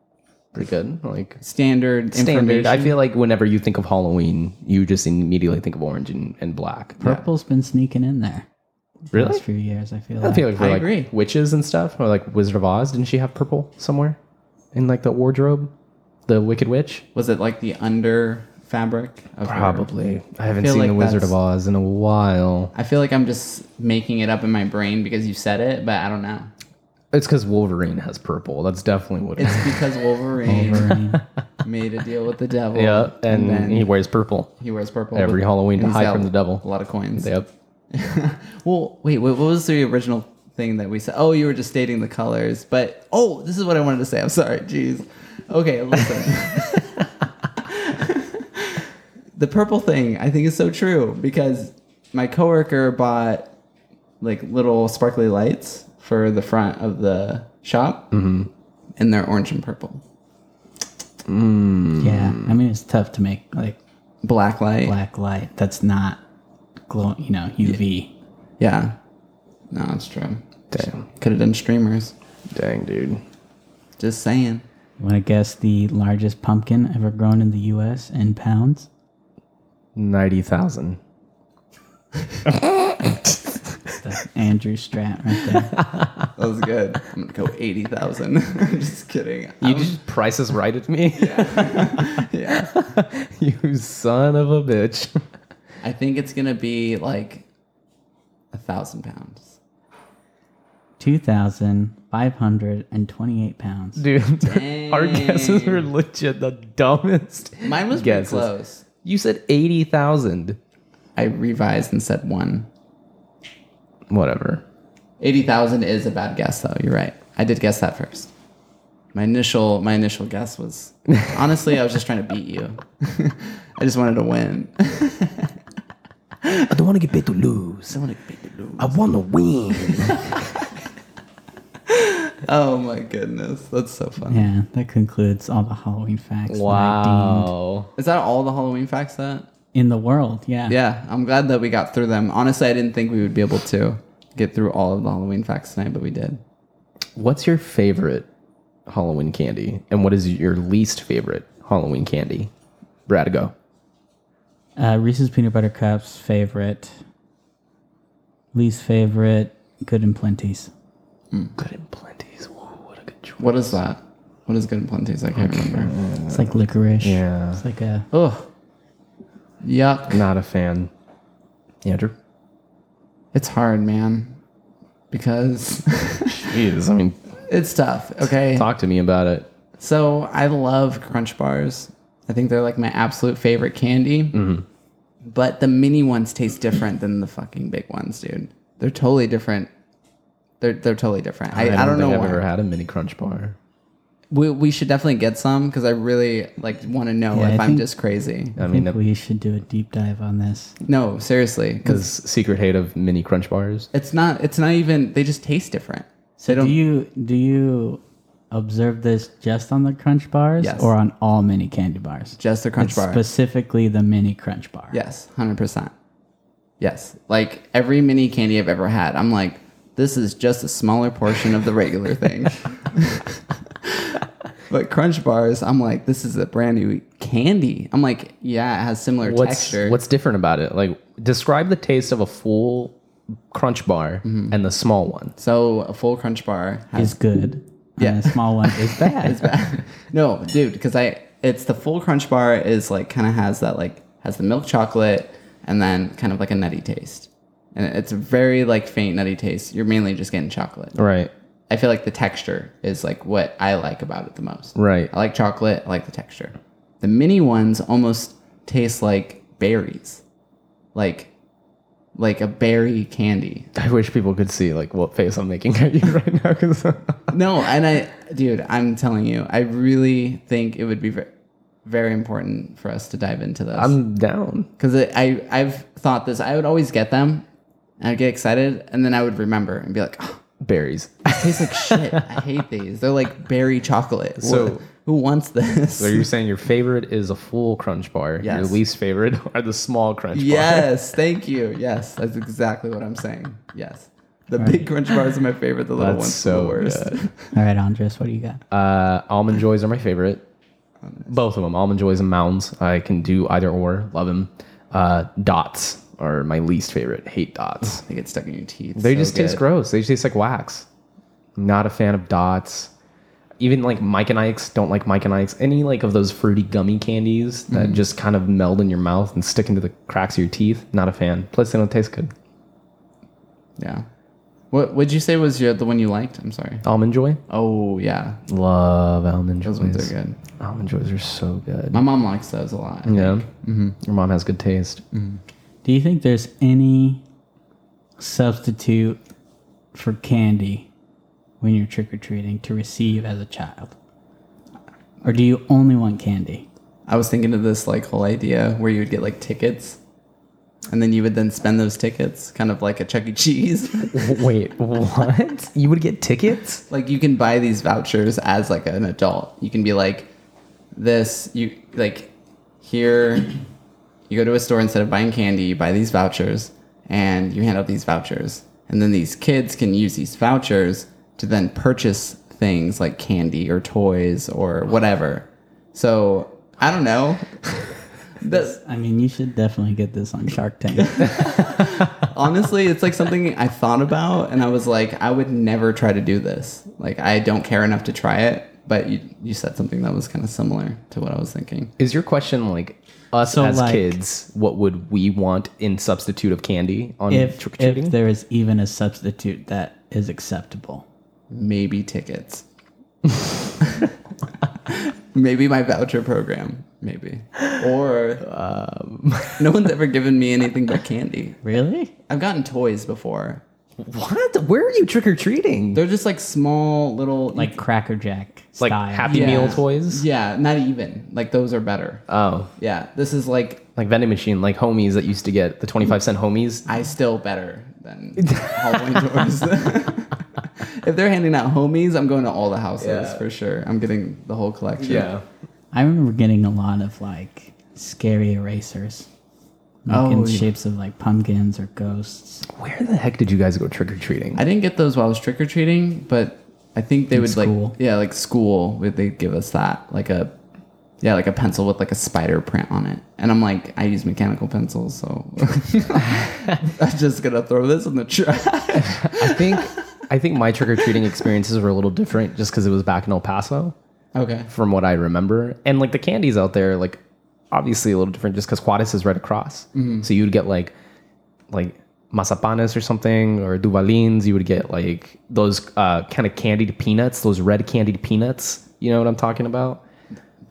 B: pretty good. Like
A: Standard,
B: standard.
A: information.
B: I feel like whenever you think of Halloween, you just immediately think of orange and, and black.
C: Purple's been sneaking in there. the
B: Really?
C: Last few years, I feel
B: I
C: like.
B: feel like for
A: I
B: like
A: agree.
B: witches and stuff, or like Wizard of Oz, didn't she have purple somewhere in like the wardrobe? The Wicked Witch.
A: Was it like the under fabric? Of her-
B: Probably. I haven't
A: feel
B: seen
A: like
B: the Wizard
A: that's-
B: of Oz in a while.
A: I feel like I'm just making it up in my brain because you said it, but I don't know.
B: It's because Wolverine has purple. That's definitely what. it is.
A: It's because Wolverine
C: Wolverine.
A: made a deal with the devil.
B: yeah, and,
A: then
B: he wears purple.
A: he wears purple
B: every
A: with-
B: Halloween to
A: and he's
B: hide
A: got
B: from the devil.
A: A lot of coins.
B: Yep.
A: Well, wait, wait, what was the original thing that we said? Oh, you were just stating the colors, but oh, this is what I wanted to say. I'm sorry. Jeez. Okay, listen. the purple thing I think is so true because my coworker bought like little sparkly lights for the front of the shop, and they're orange and purple.
C: yeah, I mean, it's tough to make like
A: Black light.
C: black light that's not glow, you know, UV.
A: Yeah. No, it's true.
B: Damn.
A: Could have done streamers.
B: Dang, dude.
A: Just saying.
C: You want to guess the largest pumpkin ever grown in the U.S. in pounds?
B: 90,000.
C: That's Andrew Strat right there.
A: That was good. I'm gonna go eighty thousand. I'm just kidding.
B: You
A: I'm-
B: just prices right at me?
A: yeah.
B: you son of a bitch.
A: I think it's gonna be like a thousand pounds.
C: 2,528 pounds.
B: Dude, our guesses were
A: Dang.
B: legit the dumbest.
A: Mine was
B: Guesses.
A: pretty close.
B: You said 80,000.
A: I revised and said one.
B: Whatever.
A: Eighty thousand is a bad guess, though. You're right. I did guess that first. My initial my initial guess was honestly, I was just trying to beat you. I just wanted to win.
B: I don't want to get paid to lose.
A: I wanted to beat the Blues.
B: I want to win.
A: Oh my goodness, that's so funny.
C: Yeah, that concludes all the Halloween facts. that I deemed
B: wow.
A: Is that all the Halloween facts that?
C: in the world, yeah.
A: Yeah, I'm glad that we got through them. Honestly, I didn't think we would be able to get through all of the Halloween facts tonight, but we did.
B: What's your favorite Halloween candy? And what is your least favorite Halloween candy? Brad, go.
C: Uh, Reese's Peanut Butter Cups, favorite. Least favorite, Good and Plenty's.
B: Good and plenty's. what a good choice.
A: What is that? What is good and plenty's? I can't remember.
C: It's like licorice.
B: Yeah.
C: It's like a
A: Ugh. Yuck.
B: Not a fan. Andrew?
A: It's hard, man. Because
B: Jeez, I mean,
A: it's tough. Okay.
B: talk to me about it.
A: So I love Crunch Bars. I think they're like my absolute favorite candy. But the mini ones taste different than the fucking big ones, dude. They're totally different. They're they're totally different. I, I don't, know.
B: think I've
A: why.
B: ever had a mini crunch bar.
A: We, we should definitely get some because I really like want to know
C: Yeah,
A: if
C: I
A: I'm
C: think-
A: just crazy.
B: I
C: I
B: mean,
C: think we should do a deep dive on this.
A: No, seriously, because
B: his secret hate of mini crunch bars.
A: it's not it's not even they just taste different.
C: So
A: don't-
C: do you do you observe this just on the crunch bars
A: Yes.
C: or on all mini candy bars?
A: Just the crunch
C: It's
A: bar.
C: Specifically the mini crunch bar.
A: yes, hundred percent. Yes, like every mini candy I've ever had, I'm like, this is just a smaller portion of the regular thing. but crunch bars, I'm like, this is a brand new candy. I'm like, yeah, it has similar
B: What's
A: texture.
B: what's different about it? Like, describe the taste of a full crunch bar and the small one.
A: so a full crunch bar has
C: Is good.
A: Yeah.
C: And the small one is bad.
A: no, dude, because I it's the full crunch bar is like kind of has that like has the milk chocolate and then kind of like a nutty taste, and it's a very like faint nutty taste. You're mainly just getting chocolate.
B: Right,
A: I feel like the texture is like what I like about it the most.
B: right.
A: I like chocolate. I like the texture. The mini ones almost taste like berries, like like a berry candy.
B: I wish people could see like what face I'm making at you right now. Because
A: No, and I, dude, I'm telling you, I really think it would be very, very important for us to dive into this
B: I'm down.
A: because I, I've thought this. I would always get them, and I'd get excited, and then I would remember and be like, oh,
B: Berries.
A: "This tastes like shit. I hate these. They're like berry chocolate.
B: So-
A: Who- who wants this?"
B: So you're saying your favorite is a full crunch bar. Your
A: Yes.
B: least favorite are the small crunch bars.
A: yes, thank you. Yes, that's exactly what I'm saying. Yes, the big crunch bars are my favorite. The little
B: That's
A: ones are
B: so
A: the worst.
B: good.
C: all right, Andres, what do you got?
B: Uh, almond joys are my favorite. Both of them, almond joys and mounds. I can do either or. Love them. Uh, dots are my least favorite. Hate dots.
A: They get stuck in your teeth.
B: They
A: so
B: just taste
A: good.
B: gross. They just taste like wax. Not a fan of dots. Even like Mike and Ike's, don't like Mike and Ike's. Any like of those fruity gummy candies that just kind of meld in your mouth and stick into the cracks of your teeth. Not a fan. Plus, they don't taste good.
A: Yeah. What would you say was your the one you liked? I'm sorry.
B: Almond joy,
A: Oh yeah,
B: love almond joys.
A: those ones are good.
B: Almond joys are so good.
A: My mom likes those a lot.
B: yeah, Mm-hmm. your mom has good taste.
C: Do you think there's any substitute for candy when you're trick or treating to receive as a child? Or do you only want candy?
A: I was thinking of this like whole idea where you would get like tickets, and then you would then spend those tickets, kind of like a Chuck E. Cheese.
B: Wait, what? You would get tickets?
A: like you can buy these vouchers as like an adult. You can be like, this you like here. You go to a store instead of buying candy, you buy these vouchers, and you hand out these vouchers, and then these kids can use these vouchers to then purchase things like candy or toys or whatever. So I don't know. That's,
C: I mean, you should definitely get this on Shark Tank.
A: honestly, it's like something I thought about, and I was like, I would never try to do this. Like, I don't care enough to try it. But you, you said something that was kind of similar to what I was thinking.
B: Is your question like us
C: So,
B: as
C: like-
B: kids? What would we want in substitute of candy on
C: if,
B: trick or
C: if
B: treating?
C: there is even a substitute that is acceptable.
A: Maybe tickets. maybe my voucher program. Maybe. Or um, no one's ever given me anything but candy.
C: Really?
A: I've gotten toys before.
B: What? Where are you trick or treating?
A: They're just like small little
C: Like Cracker Jack
B: Like
C: style.
B: Happy
A: Yeah.
B: Meal toys?
A: Yeah, not even. Like those are better.
B: Oh,
A: Yeah, this is like
B: like vending machine, like homies that used to get the twenty five cent homies.
A: I still better than Halloween doors. if they're handing out homies, I'm going to all the houses
B: Yeah.
A: for sure. I'm getting the whole collection.
C: I remember getting a lot of like scary erasers, like in
A: Oh, yeah.
C: shapes of like pumpkins or ghosts.
B: Where the heck did you guys go trick or treating?
A: I didn't get those while I was trick or treating, but I think they would
C: school.
A: like yeah, like school would they give us that like a yeah, like a pencil with like a spider print on it. And I'm like, I use mechanical pencils, so I'm just gonna throw this in the trash.
B: I think I think my trick or treating experiences were a little different just because it was back in El Paso,
A: Okay.
B: from what I remember, and like the candies out there, like obviously a little different just because Juarez is right across, so you'd get like like mazapanes or something or duvalins. You would get like those uh, kind of candied peanuts, those red candied peanuts. You know what I'm talking about?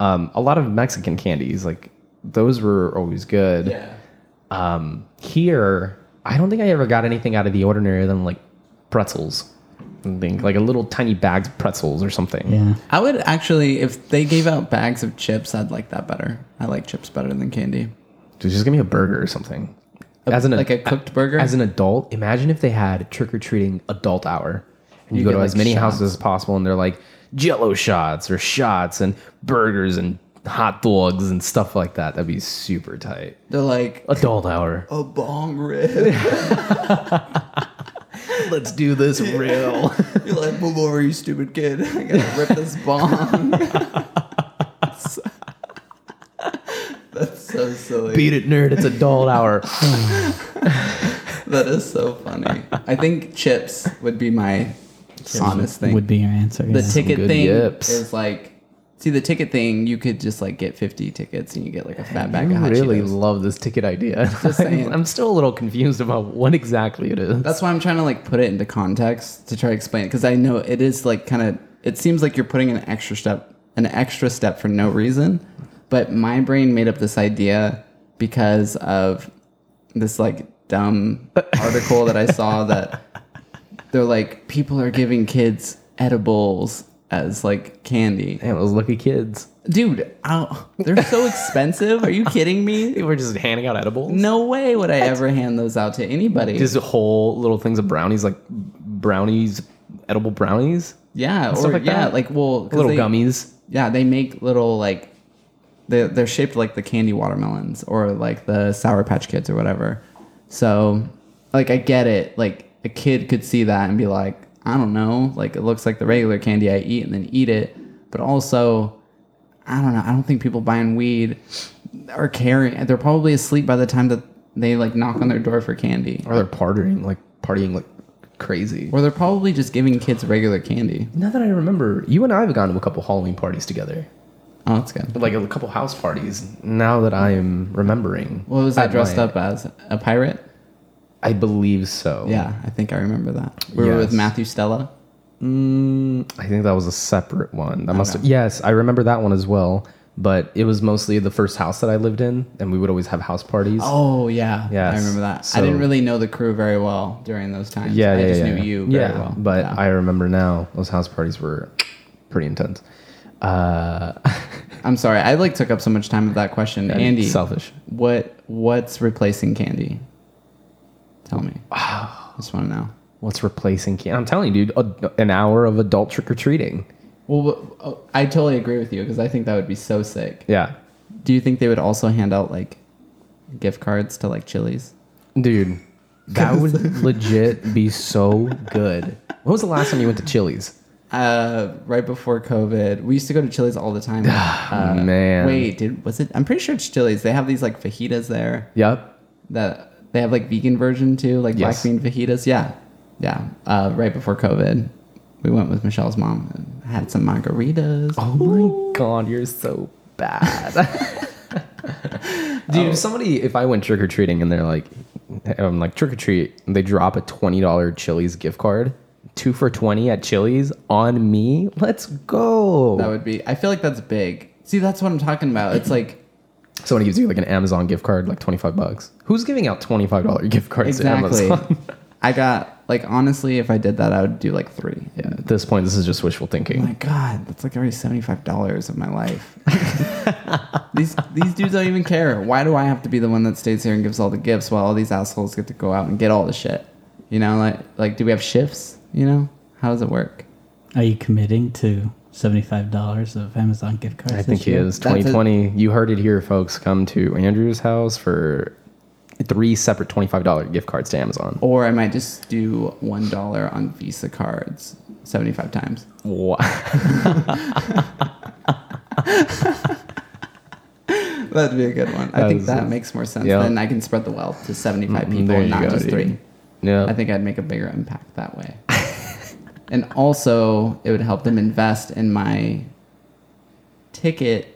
B: Um, a lot of Mexican candies, like those were always good
A: Yeah.
B: um, here, I don't think I ever got anything out of the ordinary other than like pretzels, and think like a little tiny bags of pretzels or something.
C: Yeah.
A: I would actually if they gave out bags of chips, I'd like that better. I like chips better than candy.
B: Dude, just give me a burger or something. As an
A: like a cooked burger.
B: as an adult, imagine if they had trick or treating adult hour, and you,
A: You
B: go
A: get,
B: to
A: like,
B: as many
A: shots.
B: houses as possible, and they're like Jello shots or shots and burgers and hot dogs and stuff like that. That'd be super tight.
A: They're like
B: Adult hour.
A: a bong rib.
B: Oh, Let's do this real.
A: You're like, move over, you stupid kid. I gotta rip this bong. That's so silly.
B: Beat it, nerd. It's adult hour.
A: That is so funny. I think chips would be my honest thing.
C: Would be your answer.
A: the
C: yeah.
A: ticket
B: good
A: thing
B: yips.
A: is like, see, the ticket thing, you could just like get 50 tickets and you get like a fat bag
B: I
A: of hot
B: really
A: Cheetos.
B: love this ticket idea.
A: saying.
B: I'm still a little confused about what exactly it is.
A: That's why I'm trying to like put it into context to try to explain it because I know it is like kind of. It seems like you're putting an extra step, an extra step for no reason, but my brain made up this idea because of this like dumb article that I saw that they're like people are giving kids edibles as like candy.
B: Damn, those lucky kids.
A: Dude, ow, they're so expensive. Are you kidding me?
B: They were just handing out edibles.
A: No way would I ever hand those out to anybody.
B: Just whole little things of brownies, like brownies, edible brownies,
A: yeah, or
B: stuff like
A: yeah,
B: that.
A: like well, 'cause
B: little
A: they-
B: gummies.
A: Yeah, they make little like they're, they're shaped like the candy watermelons or like the Sour Patch Kids or whatever. So, like, I get it. Like, a kid could see that and be like, I don't know. Like, it looks like the regular candy I eat and then eat it. But also, I don't know. I don't think people buying weed are caring. They're probably asleep by the time that they like knock on their door for candy.
B: Or they're partying, like partying like crazy.
A: Or they're probably just giving kids regular candy.
B: Now that I remember, you and I have gone to a couple Halloween parties together,
A: Oh, that's good.
B: like a couple house parties. Now that I am remembering,
A: What was I
B: At
A: dressed
B: my-
A: up as? A pirate?
B: I believe so.
A: Yeah, I think I remember that. We were with
B: Yes.
A: Matthew Stella.
B: Mm, I think that was a separate one. That must have, yes, I remember that one as well. But it was mostly the first house that I lived in, and we would always have house parties.
A: Oh yeah, I
B: Yes.
A: remember that. I
B: So-
A: didn't really know the crew very well during those times.
B: yeah,
A: I
B: yeah,
A: just
B: yeah,
A: knew
B: yeah.
A: you very
B: yeah,
A: well.
B: But
A: Yeah.
B: I remember now those house parties were pretty intense. Uh,
A: I'm sorry, I like took up so much time with that question, Andy.
B: selfish.
A: What what's replacing candy? Tell me. I just want to know.
B: What's replacing candy? I'm telling you, dude, a, an hour of adult trick or treating.
A: Well, wh- oh, I totally agree with you because I think that would be so sick.
B: Yeah,
A: Do you think they would also hand out like gift cards to like Chili's?
B: dude, that would legit be so good. When was the last time you went to Chili's?
A: uh, right before COVID. We used to go to Chili's all the time. Uh,
B: man.
A: wait, did was it? I'm pretty sure it's Chili's. They have these like fajitas there
B: Yep.
A: that they have like vegan version too, like
B: Yes.
A: black bean fajitas. Yeah, yeah. Uh, right before COVID, we went with Michelle's mom and had some margaritas.
B: Oh my god, you're so bad. Dude, if somebody if I went trick or treating and they're like I'm like trick or treat and they drop a twenty dollar Chili's gift card, two for twenty at Chili's on me, let's go.
A: That would be. I feel like that's big. See, that's what I'm talking about. It's like
B: Someone gives you like an Amazon gift card, like twenty five bucks. Who's giving out twenty five dollar gift cards to
A: exactly.
B: Amazon?
A: I got like honestly, if I did that, I would do like three.
B: yeah, at this point this is just wishful thinking.
A: Oh My God, that's like already seventy five dollars of my life. these these dudes don't even care. Why do I have to be the one that stays here and gives all the gifts while all these assholes get to go out and get all the shit? You know, like like do we have shifts? You know, how does it work?
C: Are you committing to seventy-five dollars of Amazon gift cards?
B: I think
C: this
B: he
C: year?
B: is.
A: That's a-
B: 2020. you heard it here, folks. Come to Andrew's house for three separate $25 gift cards to Amazon.
A: Or I might just do one dollar on Visa cards seventy five times.
B: Wow.
A: That'd be a good one. I
B: That
A: think
B: is-
A: that makes more sense.
B: yeah.
A: Then I can spread the wealth to seventy five
B: Mm,
A: people,
B: there you
A: and not
B: go,
A: just
B: dude.
A: three.
B: Yeah.
A: I think I'd make a bigger impact that way. and also, it would help them invest in my ticket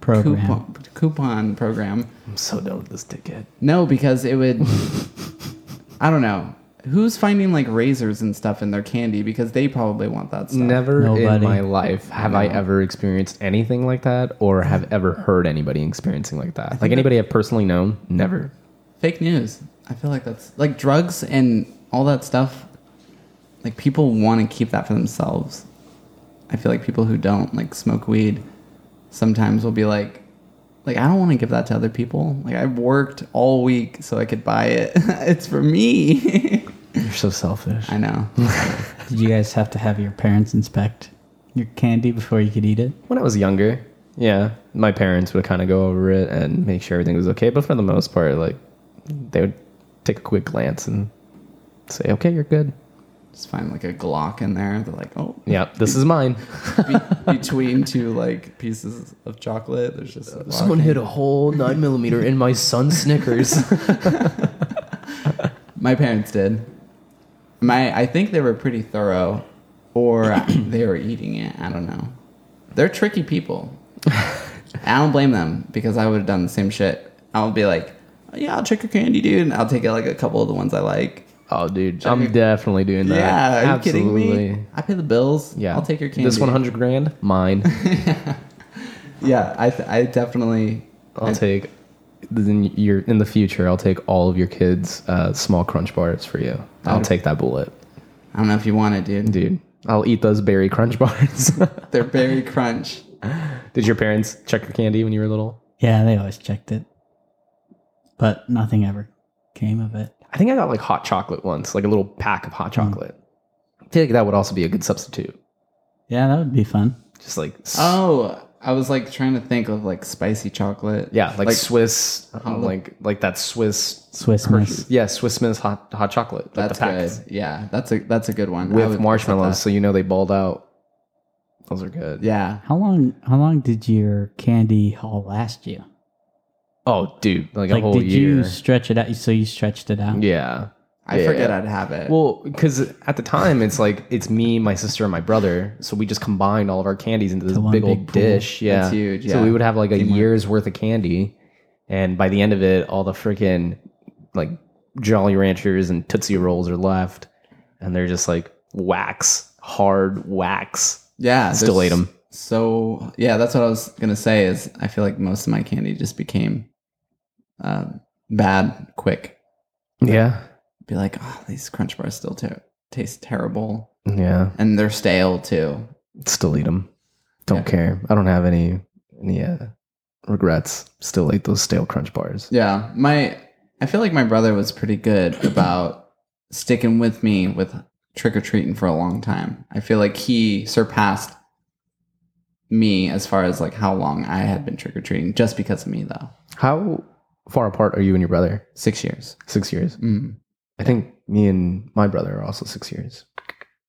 C: Program.
A: Coupon, coupon program.
B: I'm so done with this ticket.
A: No, because it would. I don't know. Who's finding like razors and stuff in their candy because they probably want that stuff.
B: Never in
C: Nobody.
B: my life have I ever experienced anything like that or have ever heard anybody experiencing like that. Like anybody I've personally known, never.
A: Fake news. I feel like that's like drugs and all that stuff. Like people want to keep that for themselves. I feel like people who don't like smoke weed sometimes will be like, like I don't want to give that to other people. Like I worked all week so I could buy it. it's for me.
B: You're so selfish.
A: I know.
C: Did you guys have to have your parents inspect your candy before you could eat it?
B: When I was younger, yeah, my parents would kind of go over it and make sure everything was okay. But for the most part, like, they would take a quick glance and say, okay, you're good.
A: Just find like a Glock in there. They're like, oh,
B: Yeah, this is mine.
A: be- between two like pieces of chocolate, there's just a Glock
B: Someone
A: in-
B: hit a whole nine millimeter in my son's Snickers.
A: My parents did. My I think they were pretty thorough, or they were eating it. I don't know. They're tricky people. I don't blame them because I would have done the same shit. I'll be like, "Oh, yeah, I'll check your candy, dude, and I'll take out like a couple of the ones I like.
B: oh, dude, I'm definitely doing that.
A: yeah, are you
B: Absolutely.
A: kidding me? I pay the bills.
B: Yeah,
A: I'll take your candy.
B: This 100 grand, mine.
A: Yeah, I th- I definitely.
B: I'll take. Then you're in the future. I'll take all of your kids' uh, small crunch bars for you. I'll take that bullet,
A: I don't know if you want it, dude.
B: dude. I'll eat those berry crunch bars.
A: They're berry crunch.
B: Did your parents check your candy when you were little?
C: Yeah, they always checked it, but nothing ever came of it.
B: I think I got like hot chocolate once, like a little pack of hot
A: Hmm.
B: chocolate. I feel like that would also be a good substitute.
C: Yeah, that would be fun.
B: Just like, s-
A: Oh, I was like trying to think of like spicy chocolate.
B: yeah, like, Swiss,
A: Hollow-
B: like like that Swiss,
C: Swiss miss.
B: yeah, Swiss Miss hot hot chocolate. Like
A: That's
B: the pack
A: good. Yeah, that's a that's a good one. I would
B: with
A: accept
B: marshmallows,
A: that.
B: so you know they balled out. Those are good.
A: Yeah,
C: How long? How long did your candy haul last you?
B: Oh, dude, like, a
C: Like,
B: whole
C: did
B: year.
C: you stretch it out? So you stretched it out.
B: yeah.
A: I
B: Yeah.
A: forget I'd have it.
B: Well, because at the time it's like it's me, my sister, and my brother, so we just combined all of our candies into this
C: one
B: big
C: big
B: old
C: pool.
B: dish. Yeah,
A: That's huge,
B: So
A: yeah.
B: we would have like a year's worth of candy, and by the end of it, all the freaking like Jolly Ranchers and Tootsie Rolls are left, and they're just like wax, hard wax.
A: yeah,
B: still
A: there's
B: ate 'em.
A: So yeah, that's what I was gonna say. Is I feel like most of my candy just became uh, bad quick.
B: Yeah,
A: Be like, oh, these Crunch bars still ter- taste terrible,
B: yeah.
A: and they're stale too.
B: Still eat them. Don't
A: Yeah.
B: care. I don't have any any uh, regrets. Still ate those stale crunch bars.
A: Yeah, my I feel like my brother was pretty good about sticking with me with trick or treating for a long time. I feel like he surpassed me as far as like how long I had been trick or treating just because of me though.
B: How far apart are you and your brother?
A: 6 years.
B: Six years.
A: Mm.
B: I think me and my brother are also six years.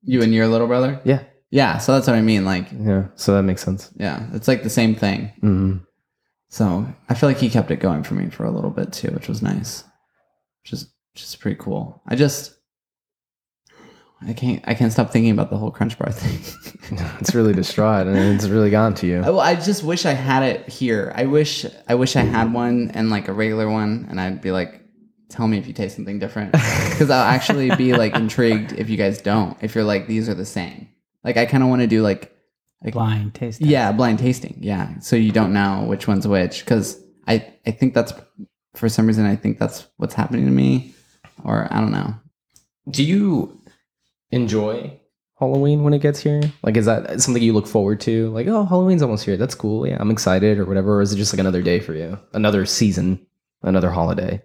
A: You and your little brother?
B: Yeah.
A: Yeah, so that's what I mean. Like,
B: Yeah, so that makes sense.
A: yeah, it's like the same thing.
B: Mm.
A: So I feel like he kept it going for me for a little bit too, which was nice. Which is which is pretty cool. I just I can't I can't stop thinking about the whole crunch bar thing.
B: It's really distraught and it's really gone to you.
A: Oh, I just wish I had it here. I wish I wish I had one and like a regular one, and I'd be like, "Tell me if you taste something different," because I'll actually be like intrigued if you guys don't. If you're like, these are the same. Like I kind of want to do like, like
C: blind taste. test.
A: yeah, blind tasting. Yeah, so you don't know which one's which. Because I I think that's for some reason I think that's what's happening to me, or I don't know.
B: Do you enjoy Halloween when it gets here? Like, is that something you look forward to? Like, oh, Halloween's almost here. That's cool. Yeah, I'm excited or whatever. Or is it just like another day for you? Another season, another holiday?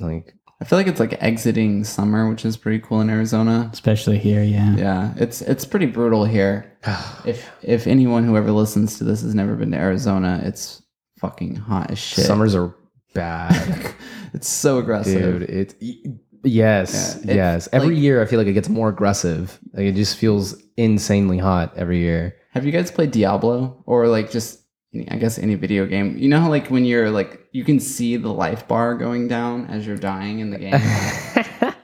B: Like,
A: I feel like it's like exiting summer, which is pretty cool in Arizona.
C: Especially here, yeah.
A: Yeah, it's it's pretty brutal here. If if anyone who ever listens to this has never been to Arizona, it's fucking hot as shit.
B: summers are bad.
A: it's so aggressive.
B: dude it y- yes
A: Yeah, it-
B: yes every
A: like-
B: year i feel like it gets more aggressive like it just feels insanely hot every year
A: Have you guys played Diablo or like just any- I guess any video game? You know how like when you're like you can see the life bar going down as you're dying in the game.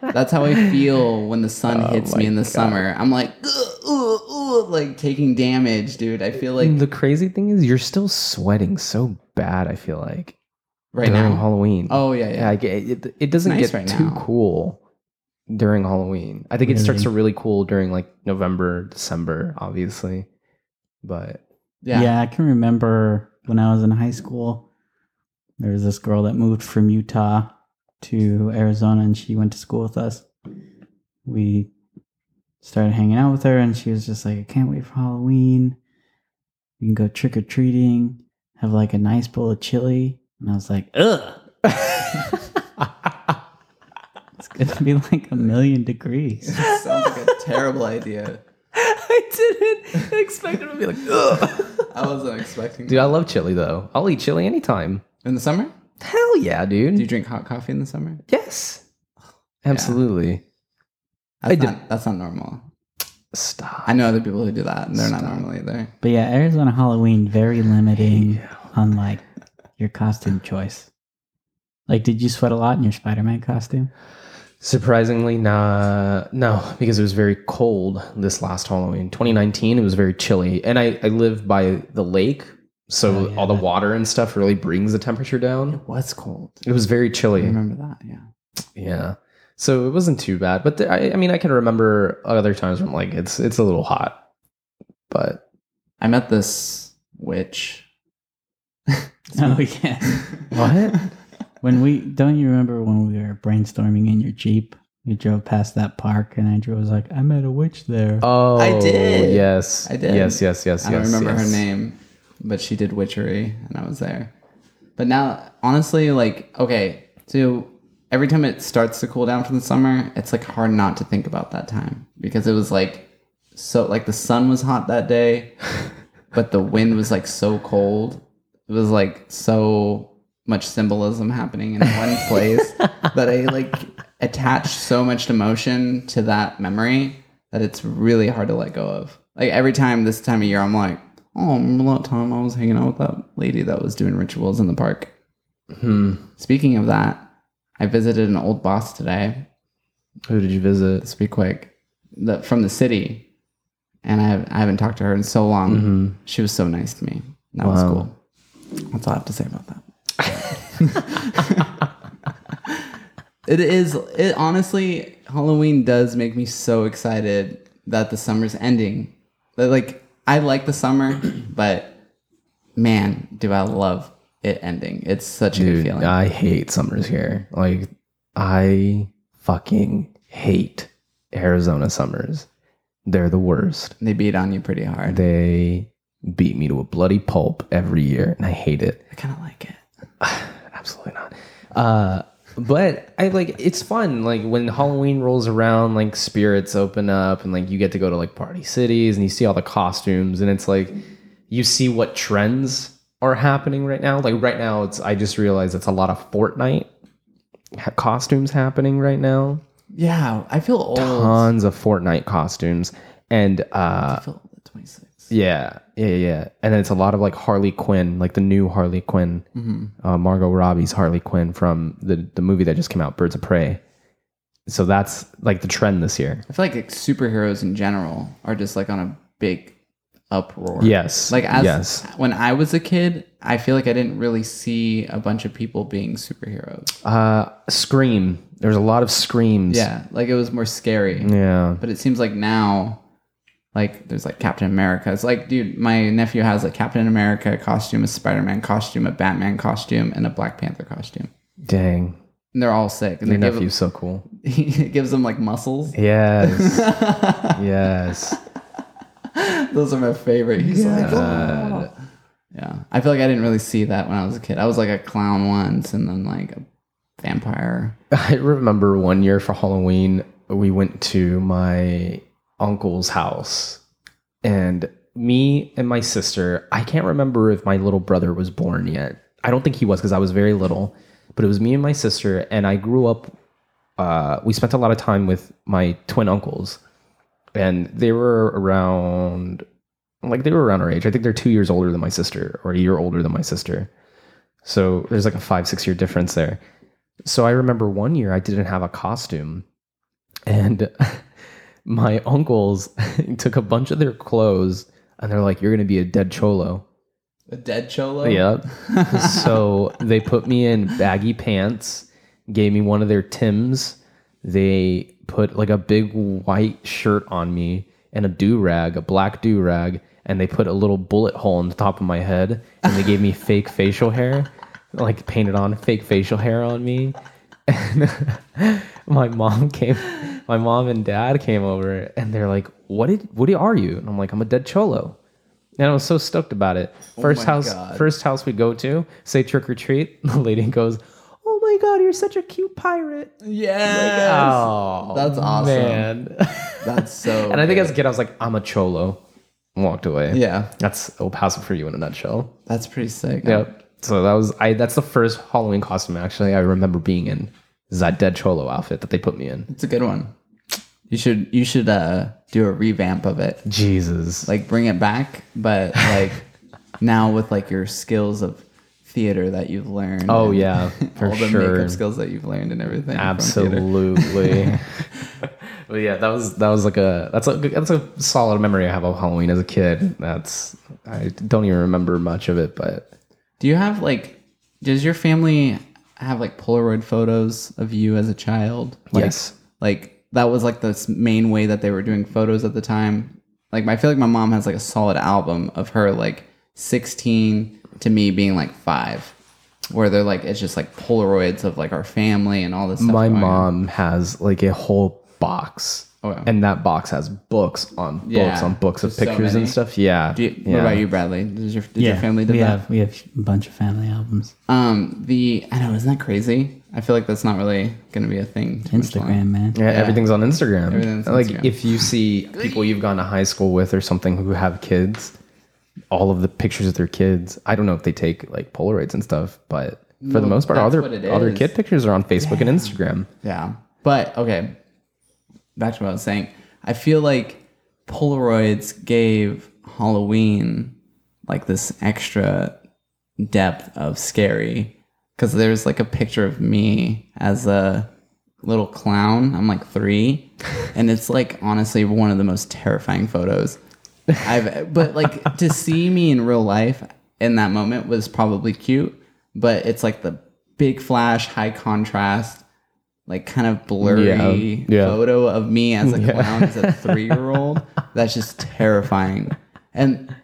A: That's how I feel when the sun
B: Oh
A: hits
B: my
A: me in the
B: God.
A: summer. I'm like, ugh, ugh, ugh, like taking damage, dude. I feel like
B: the crazy thing is you're still sweating so bad i feel like
A: right
B: during
A: now.
B: halloween
A: Oh yeah,
B: yeah
A: yeah.
B: like, it, it, it doesn't
A: Nice
B: get
A: right
B: too
A: now.
B: cool during halloween i think it starts to
C: Really?
B: really cool during like november december obviously but
C: yeah.
A: Yeah.
C: I can remember when I was in high school, there was this girl that moved from Utah to Arizona and she went to school with us. We started hanging out with her and she was just like, I can't wait for Halloween. We can go trick or treating, have like a nice bowl of chili. And I was like, ugh, it's going to be like a million degrees.
A: That sounds like a terrible idea.
B: i didn't expect it to be like Ugh.
A: I wasn't expecting
B: Dude, I love chili though. I'll eat chili anytime.
A: in the summer?
B: Hell yeah, dude.
A: Do you drink hot coffee in the summer?
B: yes. Absolutely. I
A: That's,
B: do.
A: not, that's not normal.
B: Stop.
A: I know other people who do that, and they're not
B: Stop.
A: normal either.
C: But yeah, Arizona Halloween very limiting on like your costume choice. Like, did you sweat a lot in your Spider-Man costume?
B: Surprisingly, nah, no, because it was very cold this last Halloween. 2019, it was very chilly. And I, I live by the lake, so
C: Oh, yeah,
B: all the
C: that-
B: water and stuff really brings the temperature down.
A: It was cold.
B: It was very
A: I
B: chilly.
A: remember that. Yeah.
B: Yeah. So it wasn't too bad, but the, I, I mean, I can remember other times when like it's it's a little hot, but
A: I met this witch.
C: Oh yeah.
B: What?
C: When we don't you remember when we were brainstorming in your Jeep? We drove past that park and Andrew was like, I met a witch there.
B: oh,
A: did.
B: Yes,
A: I did.
B: Yes, yes, yes.
A: I don't
B: yes,
A: remember
B: yes.
A: her name, but she did witchery, and I was there. But now, honestly, like, okay, so every time it starts to cool down from the summer, it's like hard not to think about that time because it was like so, like, the sun was hot that day, but the wind was like so cold. It was like so much symbolism happening in one place that I like attached so much emotion to that memory that it's really hard to let go of. Like every time this time of year, I'm like, oh, remember that time I was hanging out with that lady that was doing rituals in the park.
B: Hmm.
A: Speaking of that, I visited an old boss today.
B: Who did you visit?
A: Let's be quick. The, from the city, and I, I haven't talked to her in so long. She was so nice to me. That was
B: Mm-hmm. Wow.
A: cool. That's all I have to say about that. it is it honestly Halloween does make me so excited that the summer's ending. That, Like I like the summer, but man, do I love it ending. It's such a good
B: Dude,
A: feeling.
B: I hate summers here. Like, I fucking hate Arizona summers. They're the worst.
A: they beat on you pretty hard.
B: They beat me to a bloody pulp every year, and I hate it.
A: I kind of like it.
B: Absolutely not. Uh, but I like it's fun. Like when Halloween rolls around, like spirits open up, and like you get to go to like party cities, and you see all the costumes, and it's like you see what trends are happening right now. Like right now, it's I just realized it's a lot of Fortnite ha- costumes happening right now.
A: Yeah, I feel old.
B: Tons of Fortnite costumes, and uh,
A: Philip the 26.
B: yeah, yeah, yeah. And it's a lot of like Harley Quinn, like the new Harley Quinn, uh, Margot Robbie's Harley Quinn from the the movie that just came out, Birds of Prey. So that's like the trend this year.
A: I feel like, like superheroes in general are just like on a big uproar.
B: Yes,
A: Like as
B: yes,
A: when I was a kid, I feel like I didn't really see a bunch of people being superheroes.
B: uh, Scream. There's a lot of screams.
A: Yeah, like it was more scary.
B: yeah.
A: But it seems like now, like there's like Captain America. It's like, dude, my nephew has a Captain America costume, a Spider Man costume, a Batman costume, and a Black Panther costume.
B: Dang,
A: And they're all sick. And
B: your
A: they give him,
B: nephew's so cool.
A: he gives them like muscles.
B: Yes, yes.
A: Those are my favorite. He's like,
B: Uh,
A: "Oh." yeah. I feel like I didn't really see that when I was a kid. I was like a clown once, and then like a vampire.
B: I remember one year for Halloween, we went to my uncle's house, and me and my sister. I can't remember if my little brother was born yet. I don't think he was because I was very little, but it was me and my sister, and I grew up. Uh, we spent a lot of time with my twin uncles, and they were around, like they were around our age. I think they're two years older than my sister, or a year older than my sister. So there's like a five, six year difference there. So I remember one year I didn't have a costume, and my uncles took a bunch of their clothes and they're like, "You're gonna be a dead cholo."
A: A dead cholo.
B: Yep. so they put me in baggy pants, gave me one of their Tims. They put like a big white shirt on me and a do rag, a black do rag, and they put a little bullet hole in the top of my head and they gave me fake facial hair, like painted on fake facial hair on me. And my mom came, my mom and dad came over and they're like, "What did? What are you?" And I'm like, "I'm a dead cholo." And I was so stoked about it. First
A: Oh my
B: house,
A: God.
B: first house we go to, say trick or treat. The lady goes, "Oh my god, you're such a cute pirate!"
A: Yes.
B: Oh,
A: That's awesome.
B: man.
A: That's so.
B: and I think
A: good.
B: as a kid, I was like, "I'm a cholo," and walked away.
A: yeah,
B: that's El Paso for you in a nutshell.
A: that's pretty sick.
B: Yep. So that was I. That's the first Halloween costume actually I remember being in. Is that dead cholo outfit that they put me in?
A: It's a good one. You should you should uh do a revamp of it.
B: Jesus.
A: Like bring it back, but like now with like your skills of theater that you've learned.
B: oh
A: and
B: yeah, for
A: all the
B: sure.
A: makeup skills that you've learned and everything. from theater.
B: Absolutely. but yeah, that was that was like a that's like that's a solid memory I have of Halloween as a kid. That's I don't even remember much of it, but
A: Do you have like? Does your family have like Polaroid photos of you as a child? Like,
B: yes,
A: like that was like the s- main way that they were doing photos at the time like i feel like my mom has like a solid album of her like 16 to me being like 5 where they're like it's just like polaroids of like our family and all this stuff
B: my
A: going on.
B: mom has like a whole box,
A: Oh, wow.
B: and that box has books on books
A: Yeah,
B: on books of
A: so
B: pictures
A: many.
B: and stuff. Yeah.
A: Do you,
B: yeah.
A: what about you bradley does your, did your family do
C: we
A: that
C: have we have a bunch of family albums.
A: um the i know isn't that crazy i feel like that's not really gonna be a thing too much longer.
C: Instagram, man.
B: Yeah, everything's on Instagram.
A: Everything's on
B: like
A: Instagram.
B: if you see people you've gone to high school with or something who have kids, all of the pictures of their kids. I don't know if they take like Polaroids and stuff, but for the most part,
A: that's
B: other
A: what it
B: other
A: is.
B: kid pictures are on Facebook and Instagram.
A: Yeah. But okay. Back to what I was saying. I feel like Polaroids gave Halloween like this extra depth of scary cuz there's like a picture of me as a little clown. I'm like 3 and it's like honestly one of the most terrifying photos I've e-, but like to see me in real life in that moment was probably cute, but it's like the big flash, high contrast like kind of blurry
B: Yeah, yeah.
A: photo of me as a clown as a three year old. That's just terrifying. And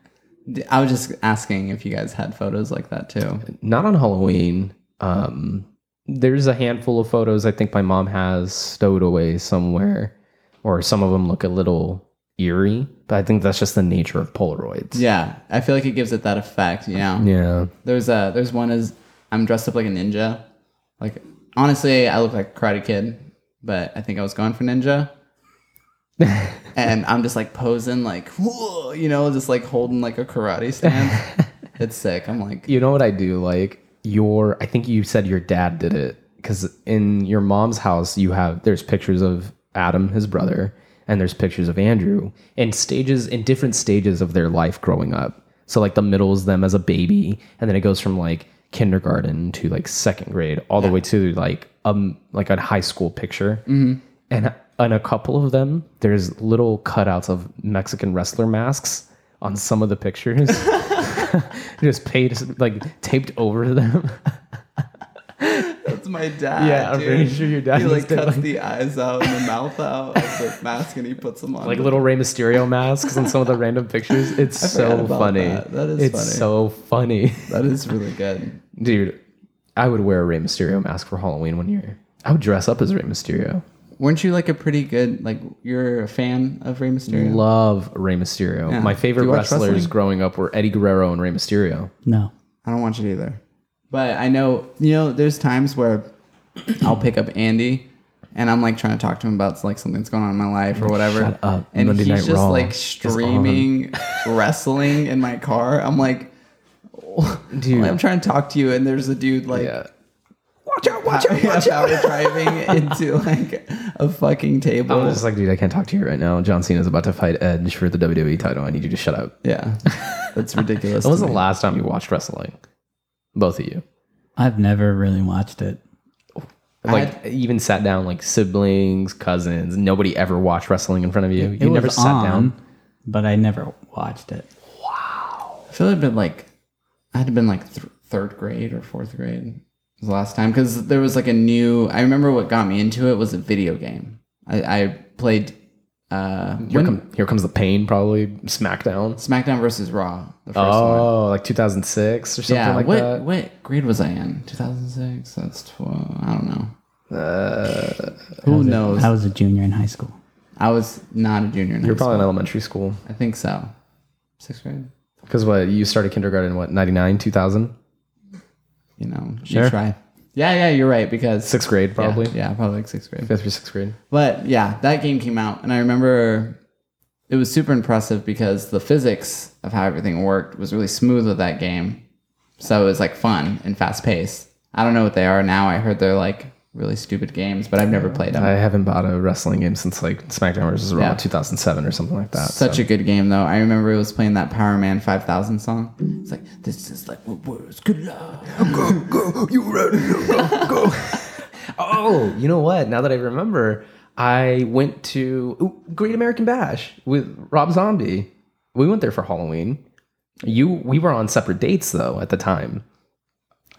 A: d- I was just asking if you guys had photos like that too.
B: Not on Halloween. Um, there's a handful of photos I think my mom has stowed away somewhere, or some of them look a little eerie. But I think that's just the nature of Polaroids.
A: Yeah, I feel like it gives it that effect. You know,
B: Yeah.
A: there's a there's one as I'm dressed up like a ninja. Like honestly, I look like a Karate Kid, but I think I was going for ninja. and I'm just like posing, like "Whoa," you know, just like holding like a karate stance. it's sick. I'm like,
B: You know what I do like? Your I think you said your dad did it cuz in your mom's house you have there's pictures of Adam his brother and there's pictures of Andrew in stages in different stages of their life growing up. So like the middle is them as a baby, and then it goes from like kindergarten to like second grade, all the way to like um like a high school picture. And on a couple of them, there's little cutouts of Mexican wrestler masks on some of the pictures. Just paid like taped over them.
A: That's my dad.
B: Yeah, I'm
A: dude.
B: pretty sure your dad
A: He like
B: used to,
A: cuts
B: like-
A: the eyes out and the mouth out of the mask, and he puts them on.
B: like little Rey Mysterio masks and some of the random pictures. It's
A: forgot
B: so
A: about
B: funny.
A: that. That is
B: it's
A: funny.
B: so funny,
A: That is really good.
B: dude. I would wear a Rey Mysterio mask for Halloween one year. I would dress up as Rey Mysterio.
A: Weren't you like a pretty good like you're a fan of Rey Mysterio?
B: Love Rey Mysterio.
A: Yeah.
B: My
A: Do
B: favorite
A: you watch
B: wrestlers
A: wrestling?
B: growing up were Eddie Guerrero and Rey Mysterio.
C: No.
A: I don't watch it either. But I know you know there's times where I'll pick up Andy and I'm like trying to talk to him about like something that's going on in my life or whatever.
B: Shut up.
A: And
B: Monday
A: he's
B: Night
A: just
B: Raw
A: like
B: is
A: streaming wrestling in my car. I'm like
B: Dude,
A: I'm trying to talk to you and there's a dude like
B: yeah.
A: watch out, watch out, watch out driving into like a fucking table.
B: I'm just like, dude, I can't talk to you right now. John Cena's about to fight Edge for the WWE title. I need you to shut up.
A: yeah. That's ridiculous.
B: When was
A: to
B: the
A: me.
B: last time you watched wrestling? Both of you.
C: I've never really watched it.
B: Like even sat down like siblings, cousins. Nobody ever watched wrestling in front of you.
C: It
B: you never
C: was
B: sat down.
C: on, But I never watched it.
A: I feel it'd been like I'd have been like th- third grade or fourth grade was the last time because there was like a new. I remember what got me into it was a video game. I, I played uh,
B: Here,
A: when-
B: come, here comes the pain. Probably SmackDown.
A: SmackDown versus Raw. The first one.
B: Oh, like 2006 or something
A: Yeah,
B: like
A: what
B: that.
A: what grade was I in? Two thousand six. That's twelve. I don't know.
C: I
A: Who
C: was a-
A: knows?
C: I was a junior in high school.
A: I was not a junior. In high
B: You're probably in
A: school.
B: elementary school
A: I think so. Sixth grade.
B: because what you started kindergarten in what 99 2000
A: You know, you
C: Sure.
A: try. Yeah, yeah, you're right because
B: sixth grade
A: yeah,
B: probably
A: yeah, probably like sixth grade.
B: fifth or sixth grade.
A: But yeah, that game came out, and I remember it was super impressive because the physics of how everything worked was really smooth with that game. So it was like fun and fast paced. I don't know what they are now. I heard they're like really stupid games, but I've never played them.
B: I haven't bought a wrestling game since like SmackDown versus Raw
A: Yeah.
B: 2007 or something like that.
A: Such a good game, though. I remember it was playing that Power Man 5000 song. It's like, this is like what words could love.
B: go, you ready? Go, go. oh, you know what? Now that I remember, I went to ooh, Great American Bash with Rob Zombie. We went there for Halloween. You, we were on separate dates though at the time.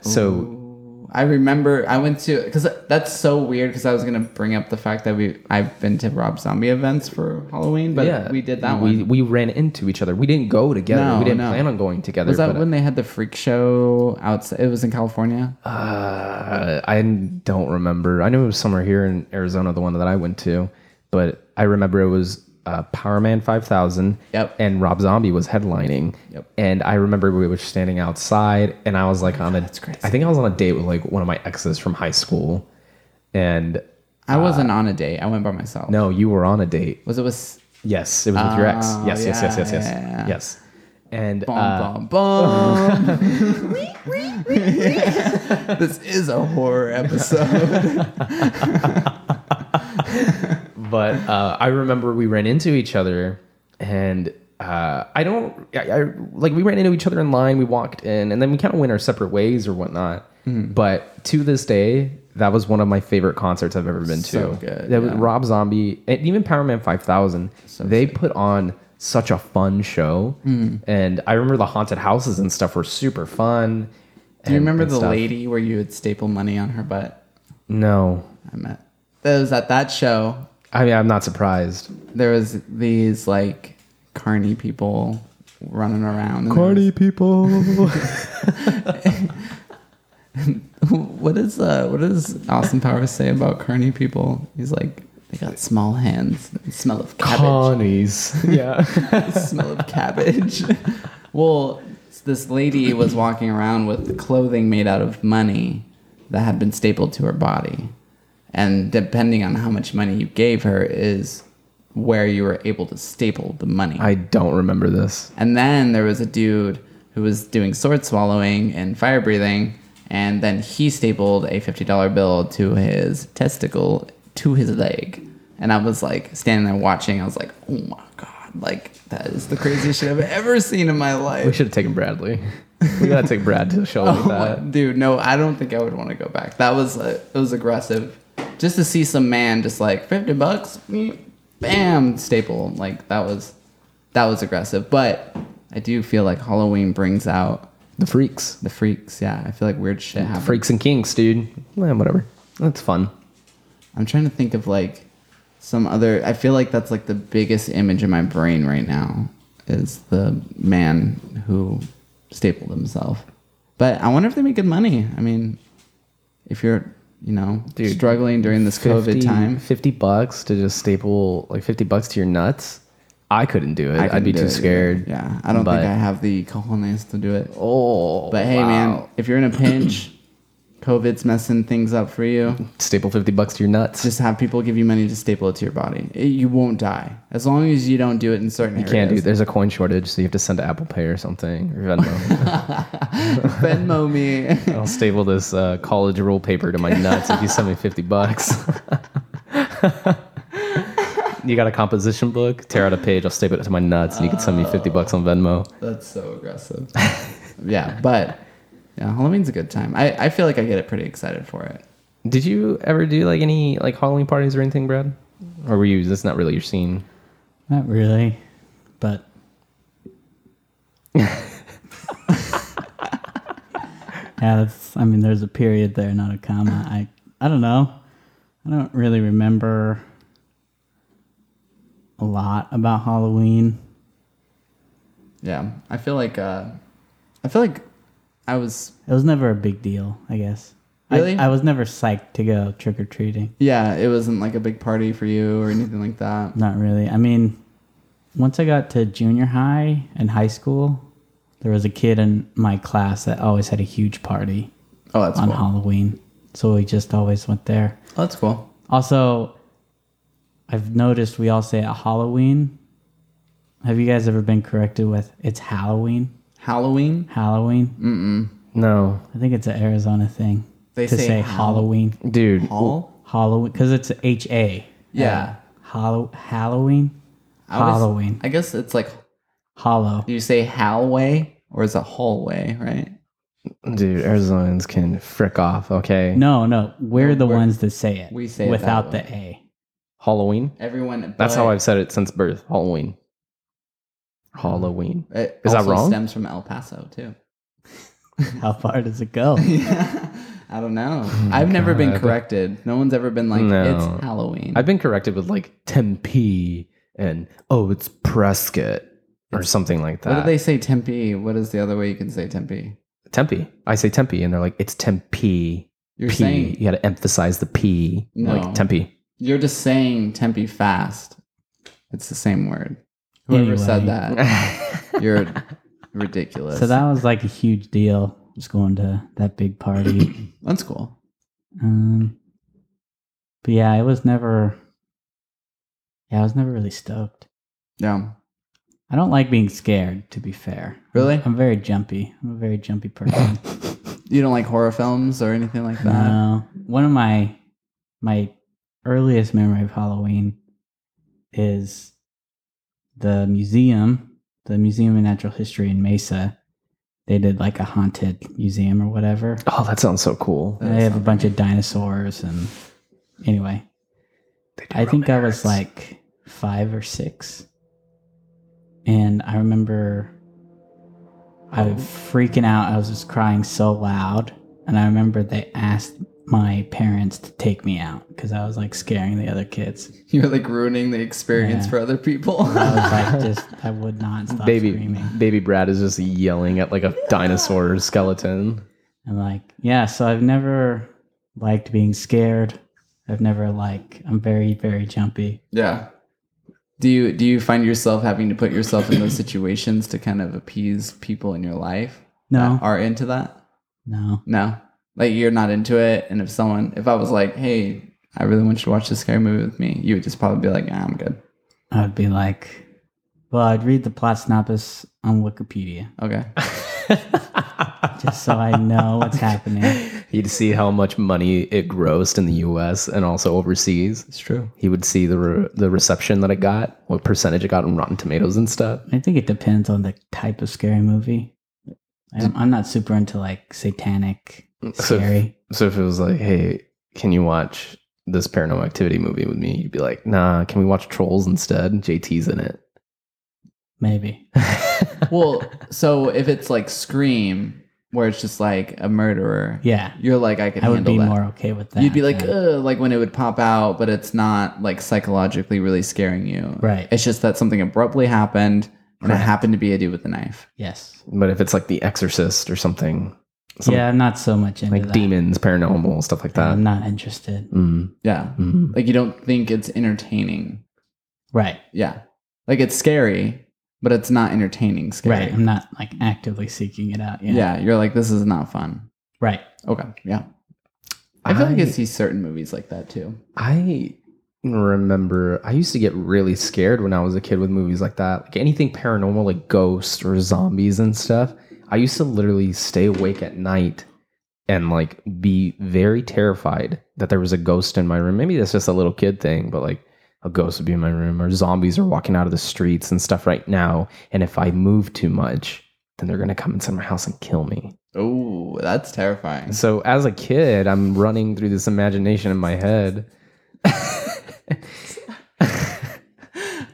B: So
A: I remember I went to because that's so weird because I was gonna bring up the fact that we I've been to Rob Zombie events for Halloween, but
B: yeah,
A: we did that
B: we,
A: one.
B: We ran into each other. We didn't go together.
A: No,
B: we didn't
A: no.
B: plan on going together.
A: Was that
B: but, uh,
A: when they had the freak show outside? It was in California.
B: uh, I don't remember. I know it was somewhere here in Arizona, the one that I went to, but I remember it was uh, Power Man 5000.
A: Yep.
B: And Rob Zombie was headlining.
A: Yep. Oh
B: And I remember we were standing outside, and I was like on a.
A: that's crazy.
B: I think I was on a date with like one of my exes from high school, and
A: I wasn't on a date. I went by myself.
B: uh, no, you were on a date.
A: Was it was
B: Yes, it was with your ex.
A: Oh,
B: Yes, yes, yes,
A: yeah,
B: yes, yes,
A: yeah, yeah.
B: yes. And
A: bum
B: uh,
A: bum bum? this is a horror episode.
B: but uh, I remember we ran into each other, and uh, I don't, I, I like we ran into each other in line. We walked in, and then we kind of went our separate ways or whatnot.
A: Mm-hmm.
B: But to this day, that was one of my favorite concerts I've ever been to.
A: So good,
B: That was
A: yeah.
B: Rob Zombie and even Power Man Five Thousand. they put on such a fun show,
A: Mm-hmm.
B: and I remember the haunted houses and stuff were super fun.
A: Do you remember the
B: stuff.
A: lady where you would staple money on her butt?
B: No,
A: I met. That was at that show.
B: I mean I'm not surprised.
A: There was these like carny people running around. and
B: people.
A: what is uh what does Austin Powers say about carny people? He's like they got small hands, and smell of cabbage,
B: Connie's. Yeah.
A: smell of cabbage. well, this lady was walking around with clothing made out of money that had been stapled to her body, and depending on how much money you gave her is where you were able to staple the money.
B: I don't remember this.
A: And then there was a dude who was doing sword swallowing and fire breathing, and then he stapled a fifty dollar bill to his testicle to his leg. And I was like standing there watching. I was like, oh my God, like that is the craziest shit I've ever seen in my
B: We
A: life.
B: show. We should have taken Bradley. We gotta take Brad to a show like that.
A: Oh, Dude, no, I don't think I would want to go back. That was, uh it was aggressive. Just to see some man just like 50 bucks, mm, bam, staple. Like that was, that was aggressive. But I do feel like Halloween brings out
B: The freaks,
A: the freaks. Yeah, I feel like weird shit
B: the
A: happens.
B: freaks and kings, dude. Eh, whatever. That's fun.
A: I'm trying to think of like some other. I feel like that's like the biggest image in my brain right now is the man who stapled himself. But I wonder if they make good money. I mean, if you're, you know,
B: Dude,
A: struggling during this COVID time,
B: fifty bucks to just staple like fifty bucks to your nuts. I couldn't do it.
A: couldn't
B: I'd be
A: do
B: too
A: it either.
B: scared.
A: Yeah, I don't
B: But-
A: think I have the cojones to do it.
B: Oh,
A: But hey, man,
B: wow.
A: if you're in a pinch, COVID's messing things up for you.
B: staple fifty bucks to your nuts.
A: Just have people give you money to staple it to your body. It- you won't die as long as you don't do it in certain
B: you
A: areas.
B: can't do. There's a coin shortage, so you have to send to Apple Pay or something or Venmo.
A: Venmo me.
B: I'll staple this uh, college roll paper to my nuts if you send me 50 bucks. you got a composition book? Tear out a page. I'll staple it to my nuts, and you can send me 50 bucks on Venmo.
A: That's so aggressive. yeah, but yeah, Halloween's a good time. I, I feel like I get pretty excited for it.
B: Did you ever do like any like Halloween parties or anything, Brad? Or were you? That's not really your scene.
C: Not really, but yeah, that's. I mean, there's a period there, not a comma. I I don't know. I don't really remember a lot about Halloween.
A: Yeah, I feel like uh, I feel like I was
C: It was never a big deal, I guess. I-
A: Really?
C: I, was never psyched to go trick or treating.
A: yeah, it wasn't like a big party for you or anything like that.
C: Not really. I mean, once I got to junior high and high school, there was a kid in my class that always had a huge party.
A: Oh, that's
C: on
A: cool.
C: Halloween. So we just always went there.
A: Oh, that's cool.
C: Also, I've noticed we all say Halloween. Have you guys ever been corrected with it's Halloween?
A: Halloween.
C: Halloween?
B: No,
C: I think it's an Arizona thing
A: They
C: to
A: say
C: say,
A: Hall-
C: Halloween.
B: dude.
A: Hall.
C: Halloween, because it's H A. Uh,
A: Yeah.
C: Hallow- Halloween?
A: I always-
C: Halloween.
A: I guess it's like
C: Hollow.
A: you say hallway or is it hallway, right?
B: Dude, Arizonans can frick off. Okay.
C: No, no. We're the
A: we're-
C: ones that say it.
A: we say it that
C: without the A.
B: Halloween.
A: Everyone.
B: That's
A: but
B: how I've said it since birth. Halloween. Halloween.
A: It
B: Is that
A: also
B: wrong?
A: Stems from El Paso too.
C: How far does it go?
A: Yeah. I don't know. I've never been
B: Oh God.
A: corrected. No one's ever been like,
B: No.
A: it's Halloween.
B: I've been corrected with like Tempe and oh, it's Prescott or something like that.
A: what do they say, Tempe? What is the other way you can say Tempe?
B: Tempe. I say Tempe, and they're like, it's Tempe.
A: You're
B: P.
A: saying-
B: you got to emphasize the P.
A: No.
B: Like Tempe.
A: You're just saying Tempe fast. It's the same word. Whoever said that, you're ridiculous.
C: So that was like a huge deal, just going to that big party.
A: that's cool.
C: Um, but yeah, I was never. Yeah, I was never really stoked.
A: Yeah.
C: I don't like being scared. To be fair,
A: Really?
C: I'm very jumpy. I'm a very jumpy person.
A: You don't like horror films or anything like that?
C: no, one of my my earliest memory of Halloween is the museum, the Museum of Natural History in Mesa. They did like a haunted museum or whatever.
B: oh, that sounds so cool.
A: That
C: they have a
A: sounds
C: bunch of dinosaurs and anyway
B: They do
C: i think i was
B: romance.
C: like five or six and i remember i
B: Oh.
C: was freaking out i was just crying so loud and i remember they asked my parents to take me out because i was like scaring the other kids
A: You're like ruining the experience
C: Yeah.
A: for other people.
C: i was like just i would not stop
B: baby,
C: screaming
B: baby Brad is just yelling at like a dinosaur skeleton.
C: And like, yeah, so I've never liked being scared. I've never like I'm very, very jumpy.
A: yeah. Do you do you find yourself having to put yourself in those situations to kind of appease people in your life
C: No.
A: that are into that?
C: No.
A: No. Like you're not into it. And if someone if I was like, hey, I really want you to watch this scary movie with me, you would just probably be like, ah, I'm good.
C: I would be like well, I'd read the plot synopsis on Wikipedia
A: Okay.
C: just so I know what's happening.
B: He'd see how much money it grossed in the U.S. and also overseas.
A: It's true.
B: He would see the re- the reception that it got, what percentage it got on Rotten Tomatoes and stuff.
C: I think it depends on the type of scary movie. I'm, I'm not super into like satanic
B: So if-
C: scary.
B: So if it was like, hey, can you watch this Paranormal Activity movie with me? You'd be like, nah. Can we watch Trolls instead? JT's in it.
C: Maybe.
A: Well, so if it's like Scream, where it's just like a murderer,
C: Yeah.
A: you're like, I can
C: I would
A: handle
C: be
A: that.
C: more okay with that.
A: You'd be like, uh,
C: than-
A: Ugh, like when it would pop out, but it's not like psychologically really scaring you.
C: Right.
A: It's just that something abruptly happened, and it
C: Right.
A: happened to be a dude with a knife.
C: yes.
B: but if it's like The Exorcist or something, some-
C: Yeah, I'm not so much into
B: like
C: that.
B: demons, paranormal stuff like that.
C: I'm not interested.
B: Mm,
A: Yeah.
B: mm.
A: Like you don't think it's entertaining.
C: Right.
A: Yeah. Like it's scary, but it's not entertaining scary.
C: Right.
B: Mm,
C: I'm not like actively seeking it out.
A: Yeah.
C: Yeah.
A: You're like, this is not fun.
C: Right.
A: Okay. Yeah. I feel like
B: I-
A: I see certain movies like that too.
B: I remember I used to get really scared when I was a kid with movies like that. Like anything paranormal, like ghosts or zombies and stuff. I used to literally stay awake at night and like be very terrified that there was a ghost in my room. Maybe that's just a little kid thing, but like a ghost would be in my room or zombies are walking out of the streets and stuff right now. And if I move too much, then they're gonna come inside my house and kill me.
A: Oh, that's terrifying.
B: So as a kid, I'm running through this imagination in my head.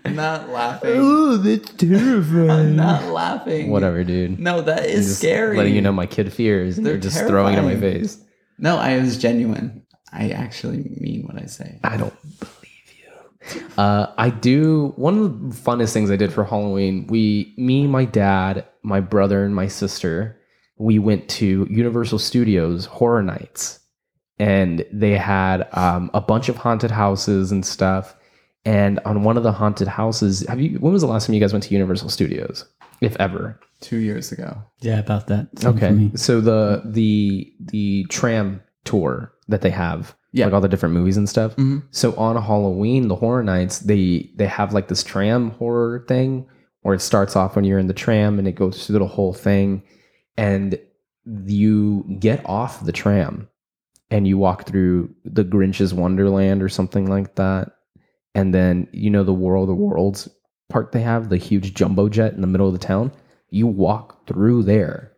A: I'm not laughing.
B: oh, that's
A: I'm
B: terrifying.
A: not laughing.
B: Whatever, dude.
A: No, that is
B: Just
A: scary.
B: Letting you know my kid fears. and
A: They're
B: You're just throwing it in my
A: terrifying.
B: face.
A: No, I was genuine. I actually mean what I say.
B: I don't believe you. Uh, I do. One of the funnest things I did for Halloween, we, me, my dad, my brother, and my sister, we went to Universal Studios Horror Nights, and they had um, a bunch of haunted houses and stuff. And on one of the haunted houses, have you? When was the last time you guys went to Universal Studios, if ever?
A: Two years ago.
C: Yeah, about that. Same for
B: Okay.
C: me.
B: So the the the tram tour that they have,
A: Yeah.
B: like all the different movies and stuff.
C: Mm-hmm.
A: Mhm.
B: So on Halloween, the horror nights, they they have like this tram horror thing where it starts off when you're in the tram and it goes through the whole thing and you get off the tram and you walk through the Grinch's Wonderland or something like that. And then you know the World of Worlds park they have, the huge jumbo jet in the middle of the town. You walk through there,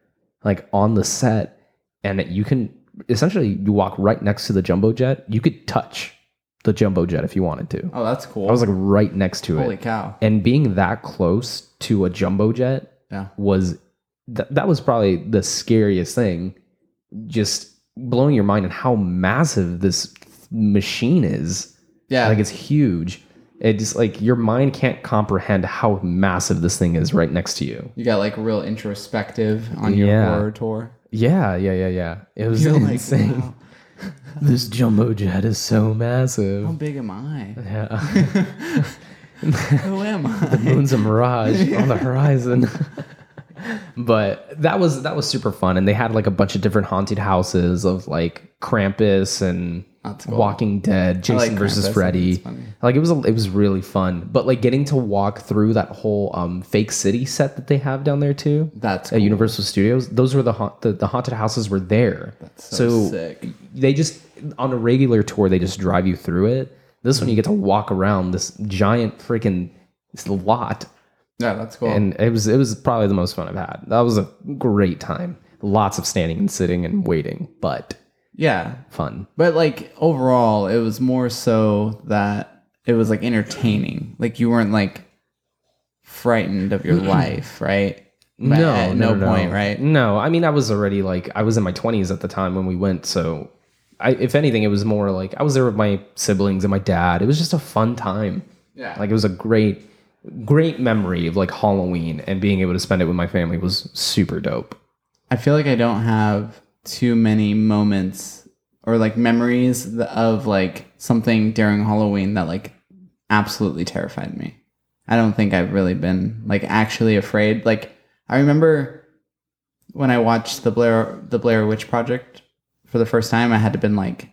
B: like on the set, and it, you can essentially you walk right next to the jumbo jet. You could touch the jumbo jet if you wanted to.
A: Oh, that's cool.
B: I was like right next to
A: Holy
B: it,
A: cow.
B: and being that close to a jumbo jet
A: Yeah.
B: was th- that was probably the scariest thing just blowing your mind and how massive this machine is
A: Yeah.
B: like it's huge it just like your mind can't comprehend how massive this thing is right next to you
A: you got like real introspective on your
B: Yeah.
A: horror tour.
B: yeah yeah yeah yeah it was
A: You're like,
B: insane
A: wow,
B: this jumbo jet is so
A: how
B: massive
A: big am I?
B: yeah
A: Who am
B: the
A: I?
B: moon's a mirage on the horizon. but that was that was super fun, and they had like a bunch of different haunted houses of like Krampus and
A: That's cool.
B: Walking Dead, Jason
A: like Krampus, I
B: versus
A: think
B: Freddy.
A: it's funny.
B: Like it was a, it was really fun, but like getting to walk through that whole um, fake city set that they have down there too
A: That's
B: at
A: cool.
B: Universal Studios. Those were the haunt, the, the haunted houses were there.
A: That's so,
B: so
A: sick.
B: they just on a regular tour they just drive you through it. This one you get to walk around this giant freaking lot,
A: Yeah, that's cool.
B: and it was it was probably the most fun I've had. That was a great time. Lots of standing and sitting and waiting, but
A: yeah.
B: fun.
A: But like overall, it was more so that it was like entertaining. Like you weren't like frightened of your life, right? But at no, point, right?
B: No, I mean I was already like I was in my twenties at the time when we went, so. I, if anything, it was more like I was there with my siblings and my dad. It was just a fun time.
A: Yeah.
B: Like it was a great, great memory of like Halloween and being able to spend it with my family was super dope.
A: I feel like I don't have too many moments or like memories th- of like something during Halloween that like absolutely terrified me. I don't think I've really been like actually afraid. Like I remember when I watched the Blair the Blair Witch Project for the first time, I had to been like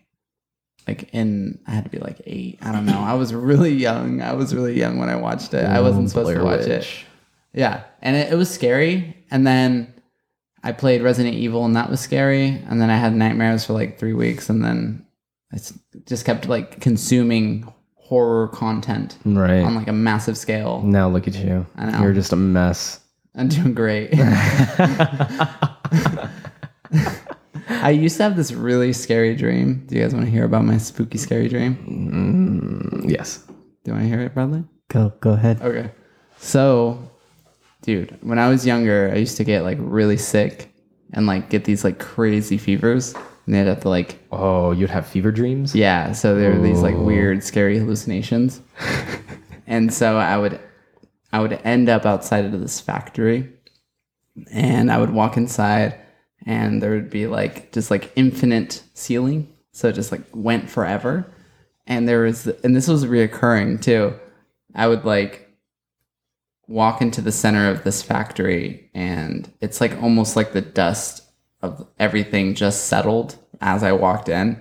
A: like in I had to be like eight. I don't know. I was really young. I was really young when I watched it. I wasn't supposed to watch it. Yeah, and it, it was scary. And then I played Resident Evil and that was scary. And then I had nightmares for like three weeks. And then I s- just kept like consuming horror content
B: Right.
A: on like a massive scale.
B: now look at you.
A: I know.
B: You're just a mess.
A: I'm doing great. I used to have this really scary dream. Do you guys want to hear about my spooky, scary dream?
B: yes.
A: Do you want to hear it, Bradley?
C: Go go ahead.
A: Okay. So, dude, when I was younger, I used to get like really sick and like get these like crazy fevers. And they'd have to like,
B: Oh, you'd have fever dreams?
A: yeah. So there were these like weird, scary hallucinations. and so I would, I would end up outside of this factory and I would walk inside and there would be like just like infinite ceiling. So it just like went forever. And there was, and this was reoccurring too. I would like walk into the center of this factory and it's like almost like the dust of everything just settled as I walked in.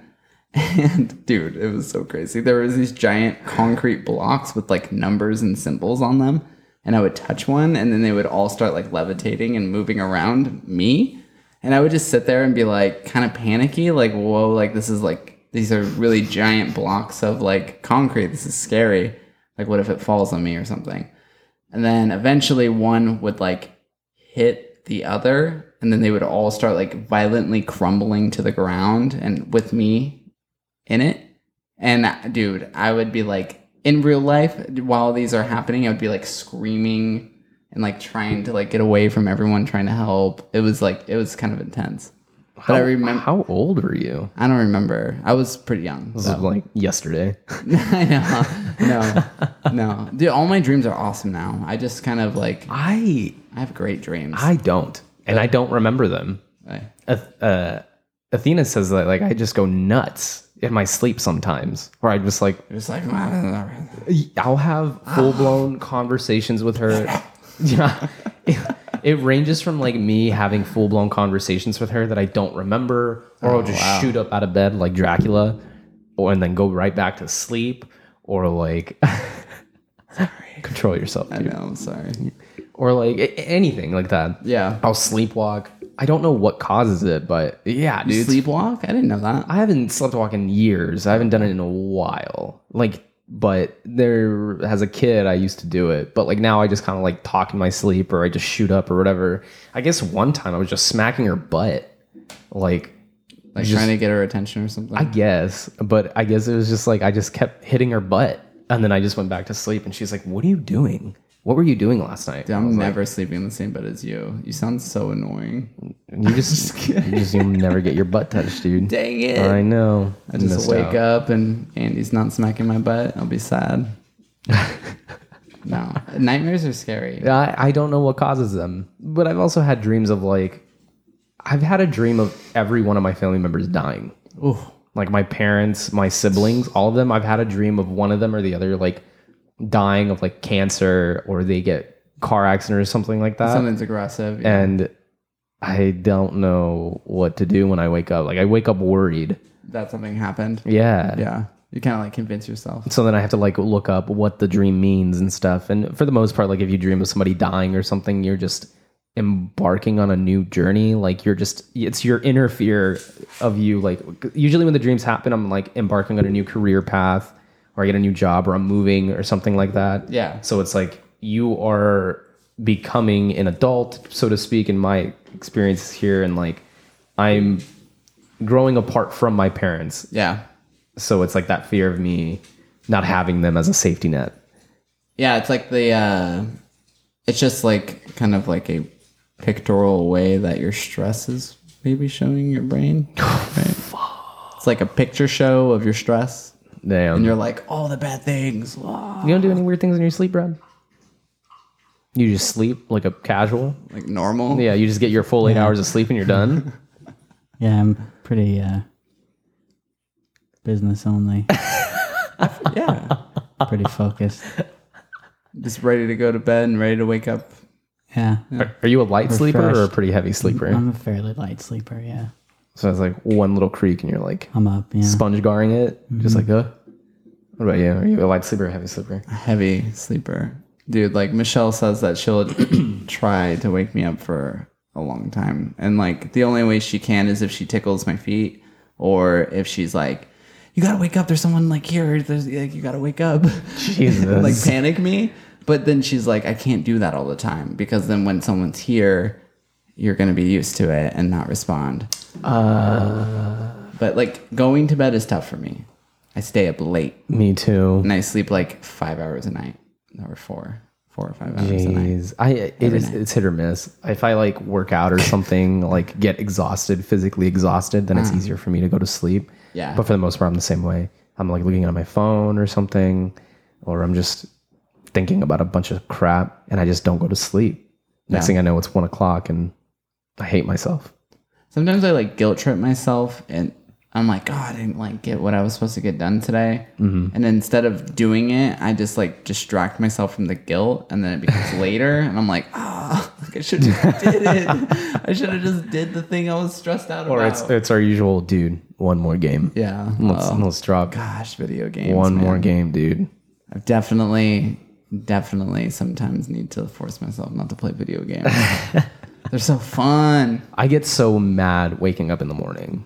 A: And dude, it was so crazy. There was these giant concrete blocks with like numbers and symbols on them. And I would touch one and then they would all start like levitating and moving around me. And I would just sit there and be like kind of panicky, like, whoa, like this is like these are really giant blocks of like concrete. This is scary. Like what if it falls on me or something? And then eventually one would like hit the other and then they would all start like violently crumbling to the ground and with me in it. And uh, dude, I would be like in real life while these are happening, I would be like screaming and like trying to like get away from everyone trying to help. It was like it was kind of intense.
B: How,
A: I remem-
B: How old were you?
A: I don't remember. I was pretty young.
B: This
A: so-
B: was like yesterday.
A: I know. No. No. Dude, all my dreams are awesome now. I just kind of like
B: I
A: I have great dreams.
B: I don't, and I don't remember them.
A: I-
B: Ath- uh, Athena says that like I just go nuts in my sleep sometimes, where I just like
A: It's like I
B: I'll have full blown conversations with her. Yeah. It, it ranges from like me having full blown conversations with her that I don't remember, or I'll just shoot up out of bed like Dracula, or and then go right back to sleep, or like control yourself, dude.
A: know, I'm sorry.
B: or like a- anything like that.
A: Yeah.
B: I'll sleepwalk. I don't know what causes it, but yeah, dude. it's-
A: Sleepwalk? I didn't know that.
B: I haven't sleptwalked in years. I haven't done it in a while. Like, but there, as a kid, I used to do it. But like now, I just kind of like talk in my sleep, or I just shoot up, or whatever. I guess one time I was just smacking her butt, like
A: Like trying to get her attention or something.
B: I guess. But I guess it was just like I just kept hitting her butt, and then I just went back to sleep. And she's like, "What are you doing? What were you doing last night?"
A: Dude, I'm never sleeping in the same bed as you. You sound so annoying.
B: And you just, you just you'll never get your butt touched, dude.
A: Dang it.
B: I know.
A: I just wake up and Andy's not smacking my butt. I'll be sad. no. Nightmares are scary.
B: I, I don't know what causes them, but I've also had dreams of like, I've had a dream of every one of my family members dying. Like my parents, my siblings, all of them. I've had a dream of one of them or the other like dying of like cancer or they get car accident or something like that.
A: Something's aggressive. Yeah.
B: And I don't know what to do when I wake up. Like I wake up worried.
A: That something happened.
B: Yeah.
A: Yeah. You kind of like convince yourself.
B: So then I have to like look up what the dream means and stuff. And for the most part, like if you dream of somebody dying or something, you're just embarking on a new journey. Like you're just, it's your inner fear of you. Like usually when the dreams happen, I'm like embarking on a new career path or I get a new job or I'm moving or something like that.
A: Yeah.
B: So it's like you are becoming an adult, so to speak, in my experience here. And like I'm growing apart from my parents
A: Yeah.
B: so it's like that fear of me not having them as a safety net.
A: Yeah, it's like the uh it's just like kind of like a pictorial way that your stress is maybe showing your brain. Right? It's like a picture show of your stress.
B: Damn.
A: And you're like, all the bad things. ah,
B: you don't do any weird things in your sleep, Brad? You just sleep like a casual?
A: Like normal.
B: Yeah, you just get your full eight hours of sleep and you're done?
C: Yeah, I'm pretty uh, business only.
A: Yeah.
C: pretty focused.
A: just ready to go to bed and ready to wake up.
C: Yeah.
B: Are- Are you a light sleeper or a
C: Refreshed.
B: pretty heavy sleeper?
C: I'm a fairly light sleeper, yeah.
B: So it's like one little creak and you're like
C: I'm up, yeah.
B: sponge guarding it, just like, uh. What about you? Are you a light sleeper or a heavy sleeper?
A: A heavy sleeper. Dude, like Michelle says that she'll try to wake me up for a long time. And like the only way she can is if she tickles my feet or if she's like, you gotta wake up. There's someone like here. There's like, you gotta wake up.
B: Jesus.
A: like panic me. But then she's like, I can't do that all the time because then when someone's here, you're gonna be used to it and not respond. But like going to bed is tough for me. I stay up late
B: Me too.
A: and I sleep like five hours a night or four, four or five hours a night.
B: Jeez. I it is it's hit or miss. If I like work out or something, like get exhausted, physically exhausted, then it's easier for me to go to sleep.
A: Mm. Yeah.
B: But for the most part, I'm the same way. I'm like looking at my phone or something, or I'm just thinking about a bunch of crap, and I just don't go to sleep. Next
A: Yeah.
B: thing I know, it's one o'clock, and I hate myself.
A: Sometimes I like guilt trip myself and I'm like, oh, I didn't like get what I was supposed to get done today. Mm-hmm. And instead of doing it, I just like distract myself from the guilt and then it becomes later and I'm like, oh, like I should have did it. I should have just did the thing I was stressed out
B: Or
A: about.
B: it's it's our usual, dude. One more game.
A: Oh. yeah.
B: Let's
A: Oh,
B: let's drop
A: gosh, video games.
B: one
A: man.
B: more game, dude.
A: I've definitely, definitely sometimes need to force myself not to play video games. They're so fun.
B: I get so mad waking up in the morning.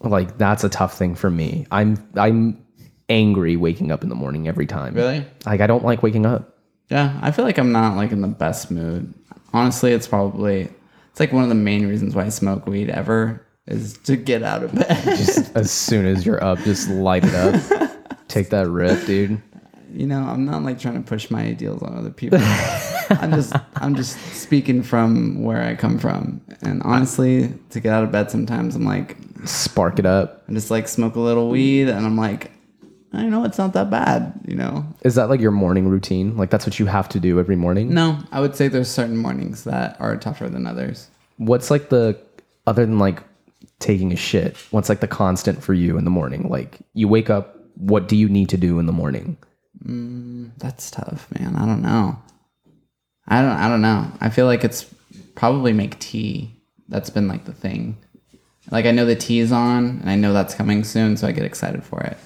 B: Like that's a tough thing for me. I'm I'm angry waking up in the morning every time.
A: Really?
B: Like I don't like waking up.
A: Yeah, I feel like I'm not like in the best mood. Honestly, it's probably it's like one of the main reasons why I smoke weed ever is to get out of bed.
B: Just as soon as you're up, just light it up. Take that rip, dude.
A: you know, I'm not like trying to push my ideals on other people. I'm just I'm just speaking from where I come from. And honestly, to get out of bed sometimes I'm like
B: Spark it up.
A: I just like smoke a little weed and I'm like I know it's not that bad, you know.
B: Is that like your morning routine? Like that's what you have to do every morning?
A: No, I would say there's certain mornings that are tougher than others.
B: What's like the other than like taking a shit? What's like the constant for you in the morning? Like you wake up, what do you need to do in the morning?
A: That's tough, man. I don't know. I don't I don't know. I feel like it's probably make tea. That's been like the thing. Like I know the tea is on and I know that's coming soon, so I get excited for it.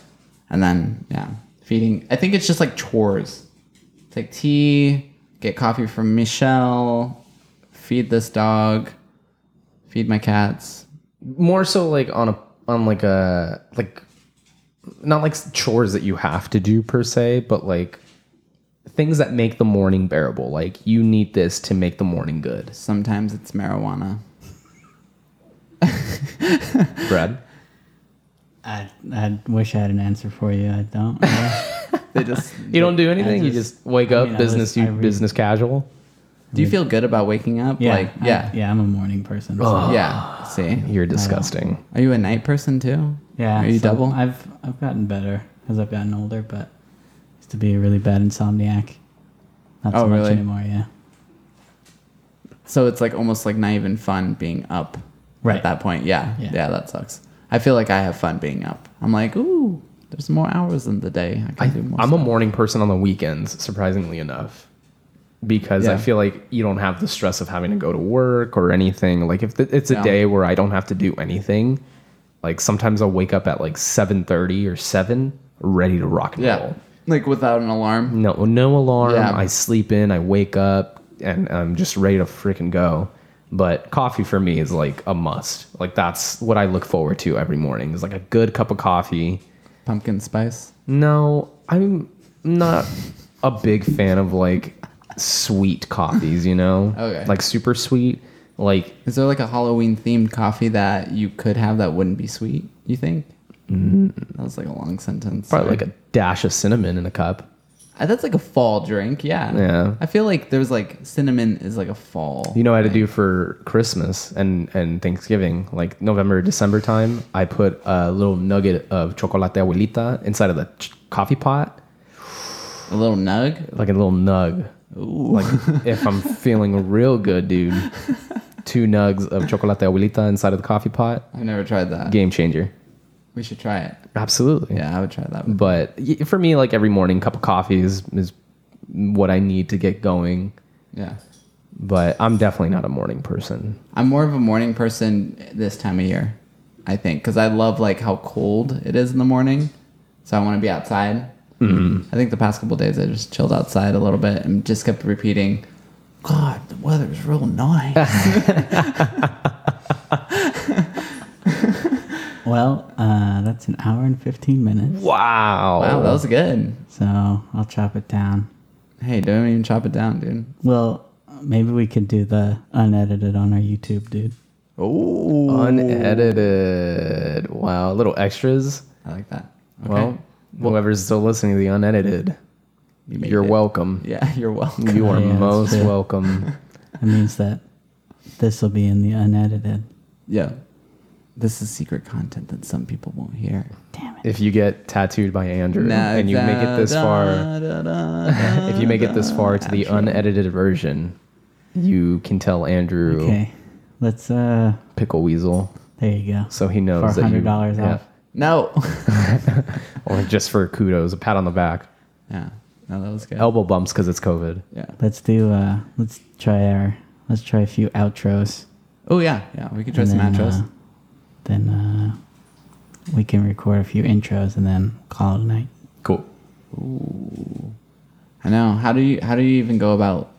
A: And then yeah, feeding. I think it's just like chores. It's like tea, get coffee from Michelle, feed this dog, feed my cats.
B: more so like on a on like a like not like chores that you have to do per se but like things that make the morning bearable like you need this to make the morning good
A: Sometimes it's marijuana.
B: brad
C: I I wish I had an answer for you. I don't. I
A: They just
B: you don't do anything you
C: just-
B: just wake
C: I
B: up
C: mean, I
B: business
C: was- I
B: you
C: read-
B: business casual
A: Do you feel good about waking up?
C: yeah,
A: Like
C: I-
A: yeah.
C: yeah. I'm a morning person. so-
A: Yeah. See.
B: you're disgusting
A: Are you a night person too?
C: Yeah.
A: Are you
C: so
A: double?
C: I've I've gotten better as I've gotten older, but I used to be a really bad insomniac. Not so
A: Oh,
C: much
A: really?
C: anymore. Yeah.
A: so it's like almost like not even fun being up
C: Right.
A: at that point. Yeah.
C: Yeah.
A: yeah. that sucks. I feel like I have fun being up. I'm like, ooh, there's more hours in the day. I can do more.
B: i'm a
A: stuff.
B: morning person on the weekends surprisingly enough because i
A: Yeah.
B: feel like you don't have the stress of having to go to work or anything like if th- it's a
A: Yeah.
B: day where i don't have to do anything like sometimes i'll wake up at like 7.30 or 7 ready to rock and
A: yeah.
B: roll
A: Like without an alarm.
B: no no alarm
A: Yeah.
B: i sleep in i wake up and i'm just ready to freaking go but coffee for me is like a must like that's what i look forward to every morning is like a good cup of coffee
A: Pumpkin spice.
B: no, I'm not a big fan of like sweet coffees, you know?
A: Okay.
B: Like super sweet. Like,
A: Is there like a Halloween themed coffee that you could have that wouldn't be sweet? You think? That was like a long sentence.
B: Mm. probably like a dash of cinnamon in a cup.
A: Uh, That's like a fall drink. Yeah.
B: Yeah.
A: I feel like there's like cinnamon is like a fall.
B: You know what I do for Christmas and, and Thanksgiving, like November, December time, I put a little nugget of chocolate abuelita inside of the ch- coffee pot,
A: a little nug.
B: like a little nug. Like if I'm feeling real good, dude, two nugs of chocolate abuelita inside of the coffee pot,
A: I've never tried that.
B: game changer.
A: We should try it.
B: Absolutely.
A: Yeah, I would try that. one.
B: but y- for me like every morning cup of coffee is is what i need to get going
A: Yeah.
B: but i'm definitely not a morning person
A: I'm more of a morning person this time of year, I think, because I love like how cold it is in the morning. So I want to be
B: Mm-hmm.
A: outside. I think the past couple days I just chilled outside a little bit and just kept repeating God, the weather's real nice.
C: Well, uh, that's an hour and 15 minutes.
B: Wow.
A: wow, that was good.
C: So I'll chop it down.
A: Hey, don't even chop it down, dude.
C: Well, maybe we could do the unedited on our YouTube, dude.
A: Oh,
B: unedited. Wow. Little extras.
A: I like that. Okay.
B: Well, whoever's still listening to the unedited,
A: You made
B: you are
A: it.
B: welcome.
A: Yeah, you're welcome.
B: You are
C: Yeah, that's
B: most
C: fair.
B: welcome.
C: That means that this will be in the unedited.
A: Yeah. This is secret content that some people won't hear.
C: Damn it.
B: If you get tattooed by Andrew and you make it this far, if you make it this far to the unedited version, you can tell Andrew
C: Okay. Let's, uh,
B: Pickle Weasel
C: there you go.
B: so he knows
C: For
B: that you-
C: $100
B: yeah.
C: off.
A: No.
B: or just for kudos, a pat on the back,
A: yeah. No, that was good.
B: elbow bumps because it's COVID.
A: Yeah.
C: Let's do, uh, let's try our, let's try a few outros.
A: Oh, yeah. Yeah. We could try
C: and
A: some
C: then,
A: matches.
C: uh, then, uh, we can record a few intros and then call it a night.
B: Cool.
A: I know. How do you, how do you even go about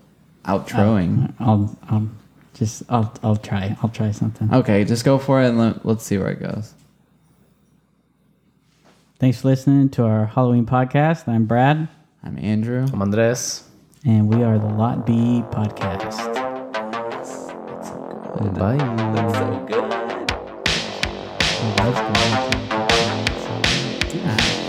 B: Oh.
A: outroing?
C: I'll, I'll just, I'll, I'll try. I'll try something.
A: okay. Just go for it and let, let's see where it goes.
C: Thanks for listening to our Halloween podcast. I'm Brad,
A: I'm Andrew.
B: I'm Andres.
C: and we are the Lot B podcast.
B: Bye.
A: so good.
C: Oh, that's good.
A: Yeah.